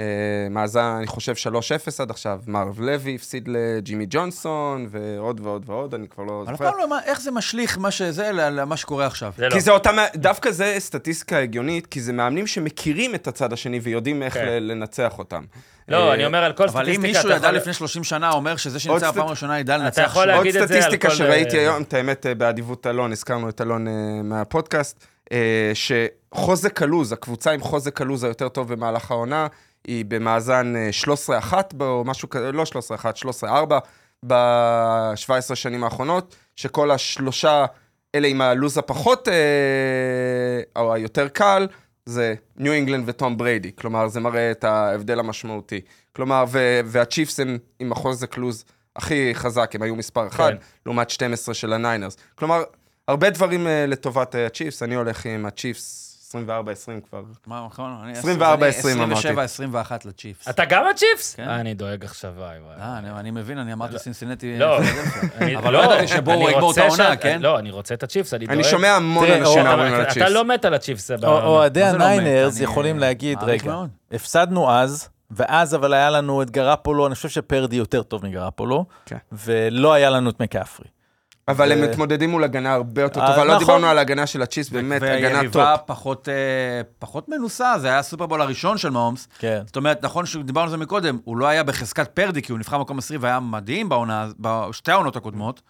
מאזן, אני חושב, 3-0 עד עכשיו. מערב לוי הפסיד לג'ימי ג'ונסון, ועוד ועוד ועוד, אני כבר לא אבל אף זוכר. פעם לא, מה- איך זה משליך, מה שזה, למה שקורה עכשיו? זה לא. כי זה אותה, מא- דווקא זה סטטיסטיקה הגיונית, כי זה מאמנים שמכירים את הצד השני ויודעים איך כן. ל- לנצח אותם. לא, אני אומר על כל אה, אבל סטטיסטיקה. אם מישהו אתה ידע יכול- לפני 30 שנה, אומר שזה שנמצא עוד בפעם סטט- הראשונה ידע לנצח יכול שוב. להגיד את זה על עוד סטטיסטיקה כל, שראיתי אה, היום, את האמת, אה, באדיבות אלון, הזכרנו את אלון אה, מהפודקאסט, אה, שחוזק הלוז, הקבוצה עם חוזק הלוז היותר טוב במהלך העונה, היא במאזן אה, 13-1, ב- או משהו כזה, לא 13-1, 13-4, ב-17 שנים האחרונות, שכל השלושה, אלה עם הלוז הפחות, אה, או היותר קל, זה ניו אינגלנד וטום בריידי, כלומר, זה מראה את ההבדל המשמעותי. כלומר, ו- והצ'יפס הם עם החוזק לוז הכי חזק, הם היו מספר אחד, כן. לעומת 12 של הניינרס. כלומר, הרבה דברים אה, לטובת אה, הצ'יפס, אני הולך עם הצ'יפס 24-20 כבר. מה, נכון? אני 24, 20 אמרתי. 27, 21 לצ'יפס. אתה גם הצ'יפס? כן. אה, אני דואג עכשיו, וואי וואי. אה, אני אני מבין, אני אמרתי סינסינטי. לא, אני- אבל לא ידעתי שבו הוא אני יגמור את רוצה העונה, ש- כן? לא, אני רוצה את הצ'יפס, אני דואג. אני שומע המון תראה, אנשים או- אומרים אתה- על אתה הצ'יפס. לא מת על הצ'יפס, זה או- בעיה. אוהדי מה זה לא מת? הניינרס אני, יכולים אה, להגיד, מעריך רגע, מאוד." הפסדנו אז, ואז אבל היה לנו את גרפולו, אני חושב שפרדי יותר טוב מגרפולו, כן. ולא היה לנו את מקאפרי. אבל הם אה, מתמודדים מול הגנה הרבה יותר אה, טובה. לא נכון. דיברנו על הגנה של הצ'יפס, באמת, הגנה טופ. והיריבה פחות, אה, פחות מנוסה, זה היה הסופרבול הראשון של מהאומס. כן. זאת אומרת, נכון שדיברנו על זה מקודם, הוא לא היה בחזקת פרדי, כי הוא נבחר מקום 20 והיה מדהים בעונה, בשתי העונות הקודמות,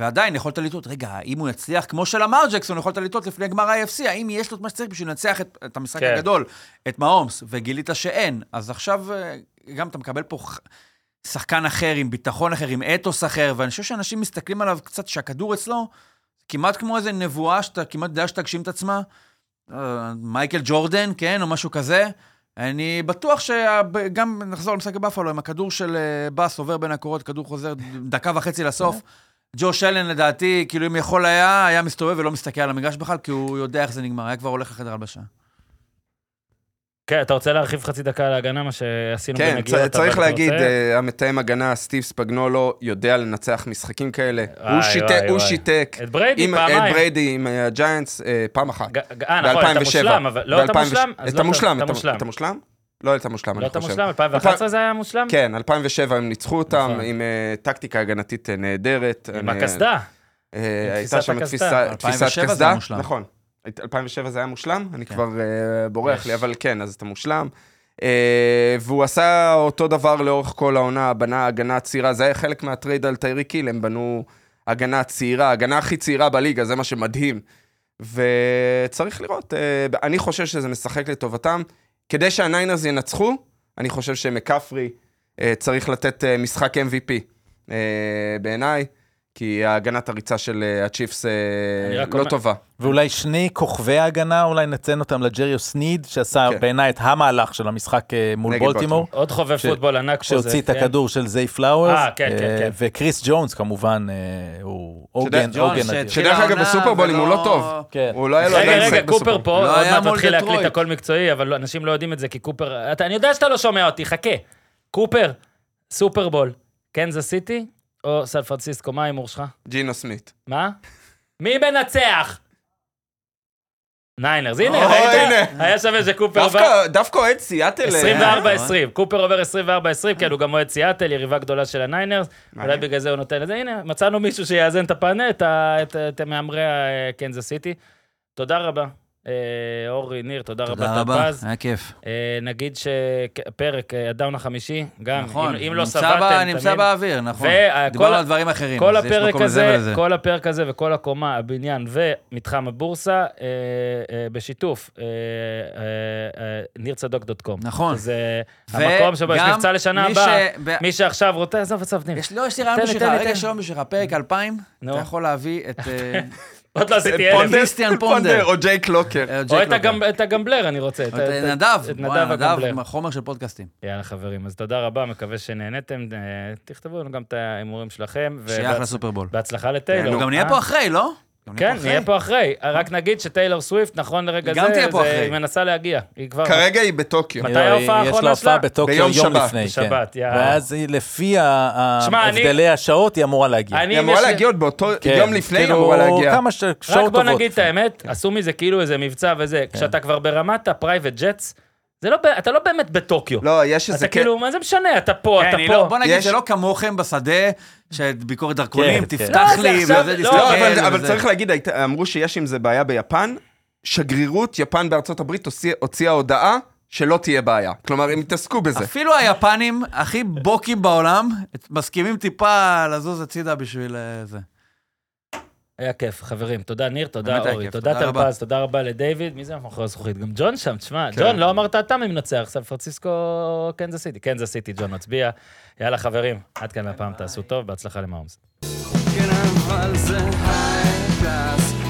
ועדיין יכולת לטעות, רגע, האם הוא יצליח, כמו שלמר ג'קסון, יכולת לטעות לפני גמר ה-IFC, האם יש לו את מה שצריך בשביל לנצח את, את המשחק כן. הגדול, את מהאומס, וגילית שאין. אז עכשיו אה, גם אתה מקבל פה ח- שחקן אחר, עם ביטחון אחר, עם אתוס אחר, ואני חושב שאנשים מסתכלים עליו קצת, שהכדור אצלו, כמעט כמו איזה נבואה שאתה כמעט יודע שתגשים את עצמה. אה, מייקל ג'ורדן, כן, או משהו כזה. אני בטוח שגם נחזור למשחק בבאפלו, אם הכדור של אה, באס עובר בין הקורות, כדור חוזר דקה וחצי לסוף. ג'וש אלן לדעתי, כאילו אם יכול היה, היה מסתובב ולא מסתכל על המגרש בכלל, כי הוא יודע איך זה נגמר, היה כבר הולך לחדר הלבשה. כן, אתה רוצה להרחיב חצי דקה על ההגנה, מה שעשינו כן, בנגיעות? צ- צריך אבל אתה להגיד, רוצה? אה, המתאם הגנה, סטיב ספגנולו, יודע לנצח משחקים כאלה. אה, וואי, הוא שיתק, וואי, הוא וואי. שיתק. את בריידי עם- אה, את פעמיים. בריידי עם אה, הג'יינטס, אה, פעם אחת. ג- אה, נכון, אתה ב-2007. מושלם, אבל לא אתה ב-2007. מושלם, אז את לא המושלם, אתה את- מושלם. את המושלם? לא את המושלם, לא אני אתה חושב. מושלם, 2011 זה היה מושלם? כן, 2007 הם ניצחו אותם נכון. עם אה, טקטיקה הגנתית אה, נהדרת. עם אני- הקסדה. אה, תפיסת הייתה שם הקסדה. תפיסה- 2007 תפיסת זה היה קסדה. מושלם. נכון. 2007 זה היה מושלם? אני כן. כבר אה, בורח לי, אבל כן, אז אתה מושלם. אה, והוא עשה אותו דבר לאורך כל העונה, בנה הגנה צעירה, זה היה חלק מהטרייד על טיירי קיל, הם בנו הגנה צעירה, הגנה הכי צעירה בליגה, זה מה שמדהים. וצריך לראות, אה, אני חושב שזה משחק לטובתם. כדי שהניינרס ינצחו, אני חושב שמקאפרי אה, צריך לתת אה, משחק MVP, אה, בעיניי, כי הגנת הריצה של אה, הצ'יפס אה, אני רק לא אומר- טובה. ואולי שני כוכבי ההגנה, אולי נציין אותם לג'ריו סניד, שעשה כן. בעיניי את המהלך של המשחק אה, מול נגד בולטימור, עוד חובב ש- פוטבול ענק פה. זה, שהוציא את כן. הכדור של זיי פלאוורס, אה, כן, כן, אה, כן. וקריס ג'ונס כמובן, אה, הוא שדרך- עוגן ג'ונס, עוגן אדיר. שדרך אגב, בסופרבול, אם הוא לא טוב. כן. הוא לא היה לו רגע, עדיין רגע, משחק קופר בסופר. פה, לא, עוד היה מעט מול תתחיל להקליט דטרויט. הכל מקצועי, אבל לא- אנשים לא יודעים את זה, כי קופר... אתה- אני יודע שאתה לא שומע אותי, חכה. קופר, סופרבול, קנזס סיטי או סן פרנסיסקו, מה ההימור שלך? ג'ינו סמית. מה? מי מנצח? ניינרס, הנה, או, ראית? הנה. היה שווה שקופר בא... דווקא- דווקא אוהד סיאטל... אה, 24-20, קופר עובר 24-20, כן, הוא גם אוהד סיאטל, יריבה גדולה של הניינרס, אולי מעניין. בגלל זה הוא נותן לזה, הנה, מצאנו מישהו שיאזן את הפאנל, את ה- את- את מהמרי הקנזס סיטי. תודה רבה, אה, אורי, ניר, תודה רבה, טפז. היה כיף. אה, נגיד שפרק, הדאון החמישי, גם, נכון, אם- אם לא נמצא סבלתם, בא- תמיד... נמצא באוויר, נכון. וה- כל- דיברנו על דברים אחרים. כל כן, אז יש הפרק מקום לזה הזה, ולזה. כל הפרק הזה וכל הקומה, הבניין ומתחם הבורסה, אה, אה, בשיתוף אה, אה, אה, ניר-צדוק.קום. נכון. שזה וגם המקום שבו יש מבצע לשנה מי הבאה. ש- ב- מי שעכשיו רוצה, עזוב, עזוב, ניר. יש- לא, יש לי תן רעיון לי, בשבילך, תן לי, רגע, תן יש לי. רעיון בשבילך, פרק 2000, נו. אתה יכול להביא את אה, עוד לא עשיתי אלף. פונדריסטיאן פונדר פונדר. או ג'ייק לוקר. אה, או ג'ק את לוקר. הגמ- את הגמבלר אני רוצה. את אה, נדב, את וואי, נדב הגמבלר. נדב, חומר של פודקאסטים. יאללה, חברים, אז תודה רבה, מקווה שנהנתם. אה, תכתבו לנו גם את ההימורים שלכם. שייך לסופרבול. בהצלחה לטיילור. אנחנו כן, גם נהיה אה? פה אחרי, לא? גם כן, אחרי. נהיה פה אחרי. רק נגיד שטיילור סוויפט, נכון לרגע זה, גם תהיה פה זה- אחרי. היא מנסה להגיע. היא כבר... כרגע היא בטוקיו. מתי לא, ההופעה יש האחרונה לה שלה? הופעה בטוקיו ביום יום שבת. לפני, כן. בשבת, יאללה. ואז היא, לפי ה- ה- שמע, אני- הבדלי השעות, היא אמורה להגיע. אני, היא אם אמורה יש לי- להגיע עוד באותו כן, יום לפני, היא כאילו, אמורה להגיע. כמה ש- שעות רק טובות. בוא נגיד את האמת, עשו מזה כאילו איזה מבצע וזה. כן. כשאתה כבר ברמת הפרייבט ג'טס, זה לא ב- אתה לא באמת בטוקיו. לא, יש איזה... אתה קטע- כאילו, מה זה משנה? אתה פה, כן, אתה היא לא- פה. בוא נגיד יש- שלא כמוכם בשדה, שביקורת דרכונים, כן, כן. תפתח לא, זה לי, עכשיו- וזה, לא, לא, תסתכל. אבל- אבל וזה. צריך להגיד, היית- אמרו שיש עם זה בעיה ביפן. שגרירות יפן בארצות הברית הוציא- הוציאה הודעה שלא תהיה בעיה. כלומר, הם התעסקו בזה. אפילו היפנים הכי בוקים בעולם, מסכימים טיפה לזוז הצידה בשביל אה, זה. היה כיף, חברים. תודה, ניר, תודה, באמת היה אורי. כיף, תודה, תודה רבה. כן. טלפז, תודה רבה לדייוויד. מי זה מאחורי הזכוכית? גם ג'ון שם, תשמע. ג'ון, לא אמרת אתה מי מנצח, סן פרנסיסקו, קנזס סיטי. קנזס סיטי, ג'ון מצביע. יאללה, חברים, עד כאן הפעם, תעשו טוב, בהצלחה למעומס. כן אבל זה היי קלאס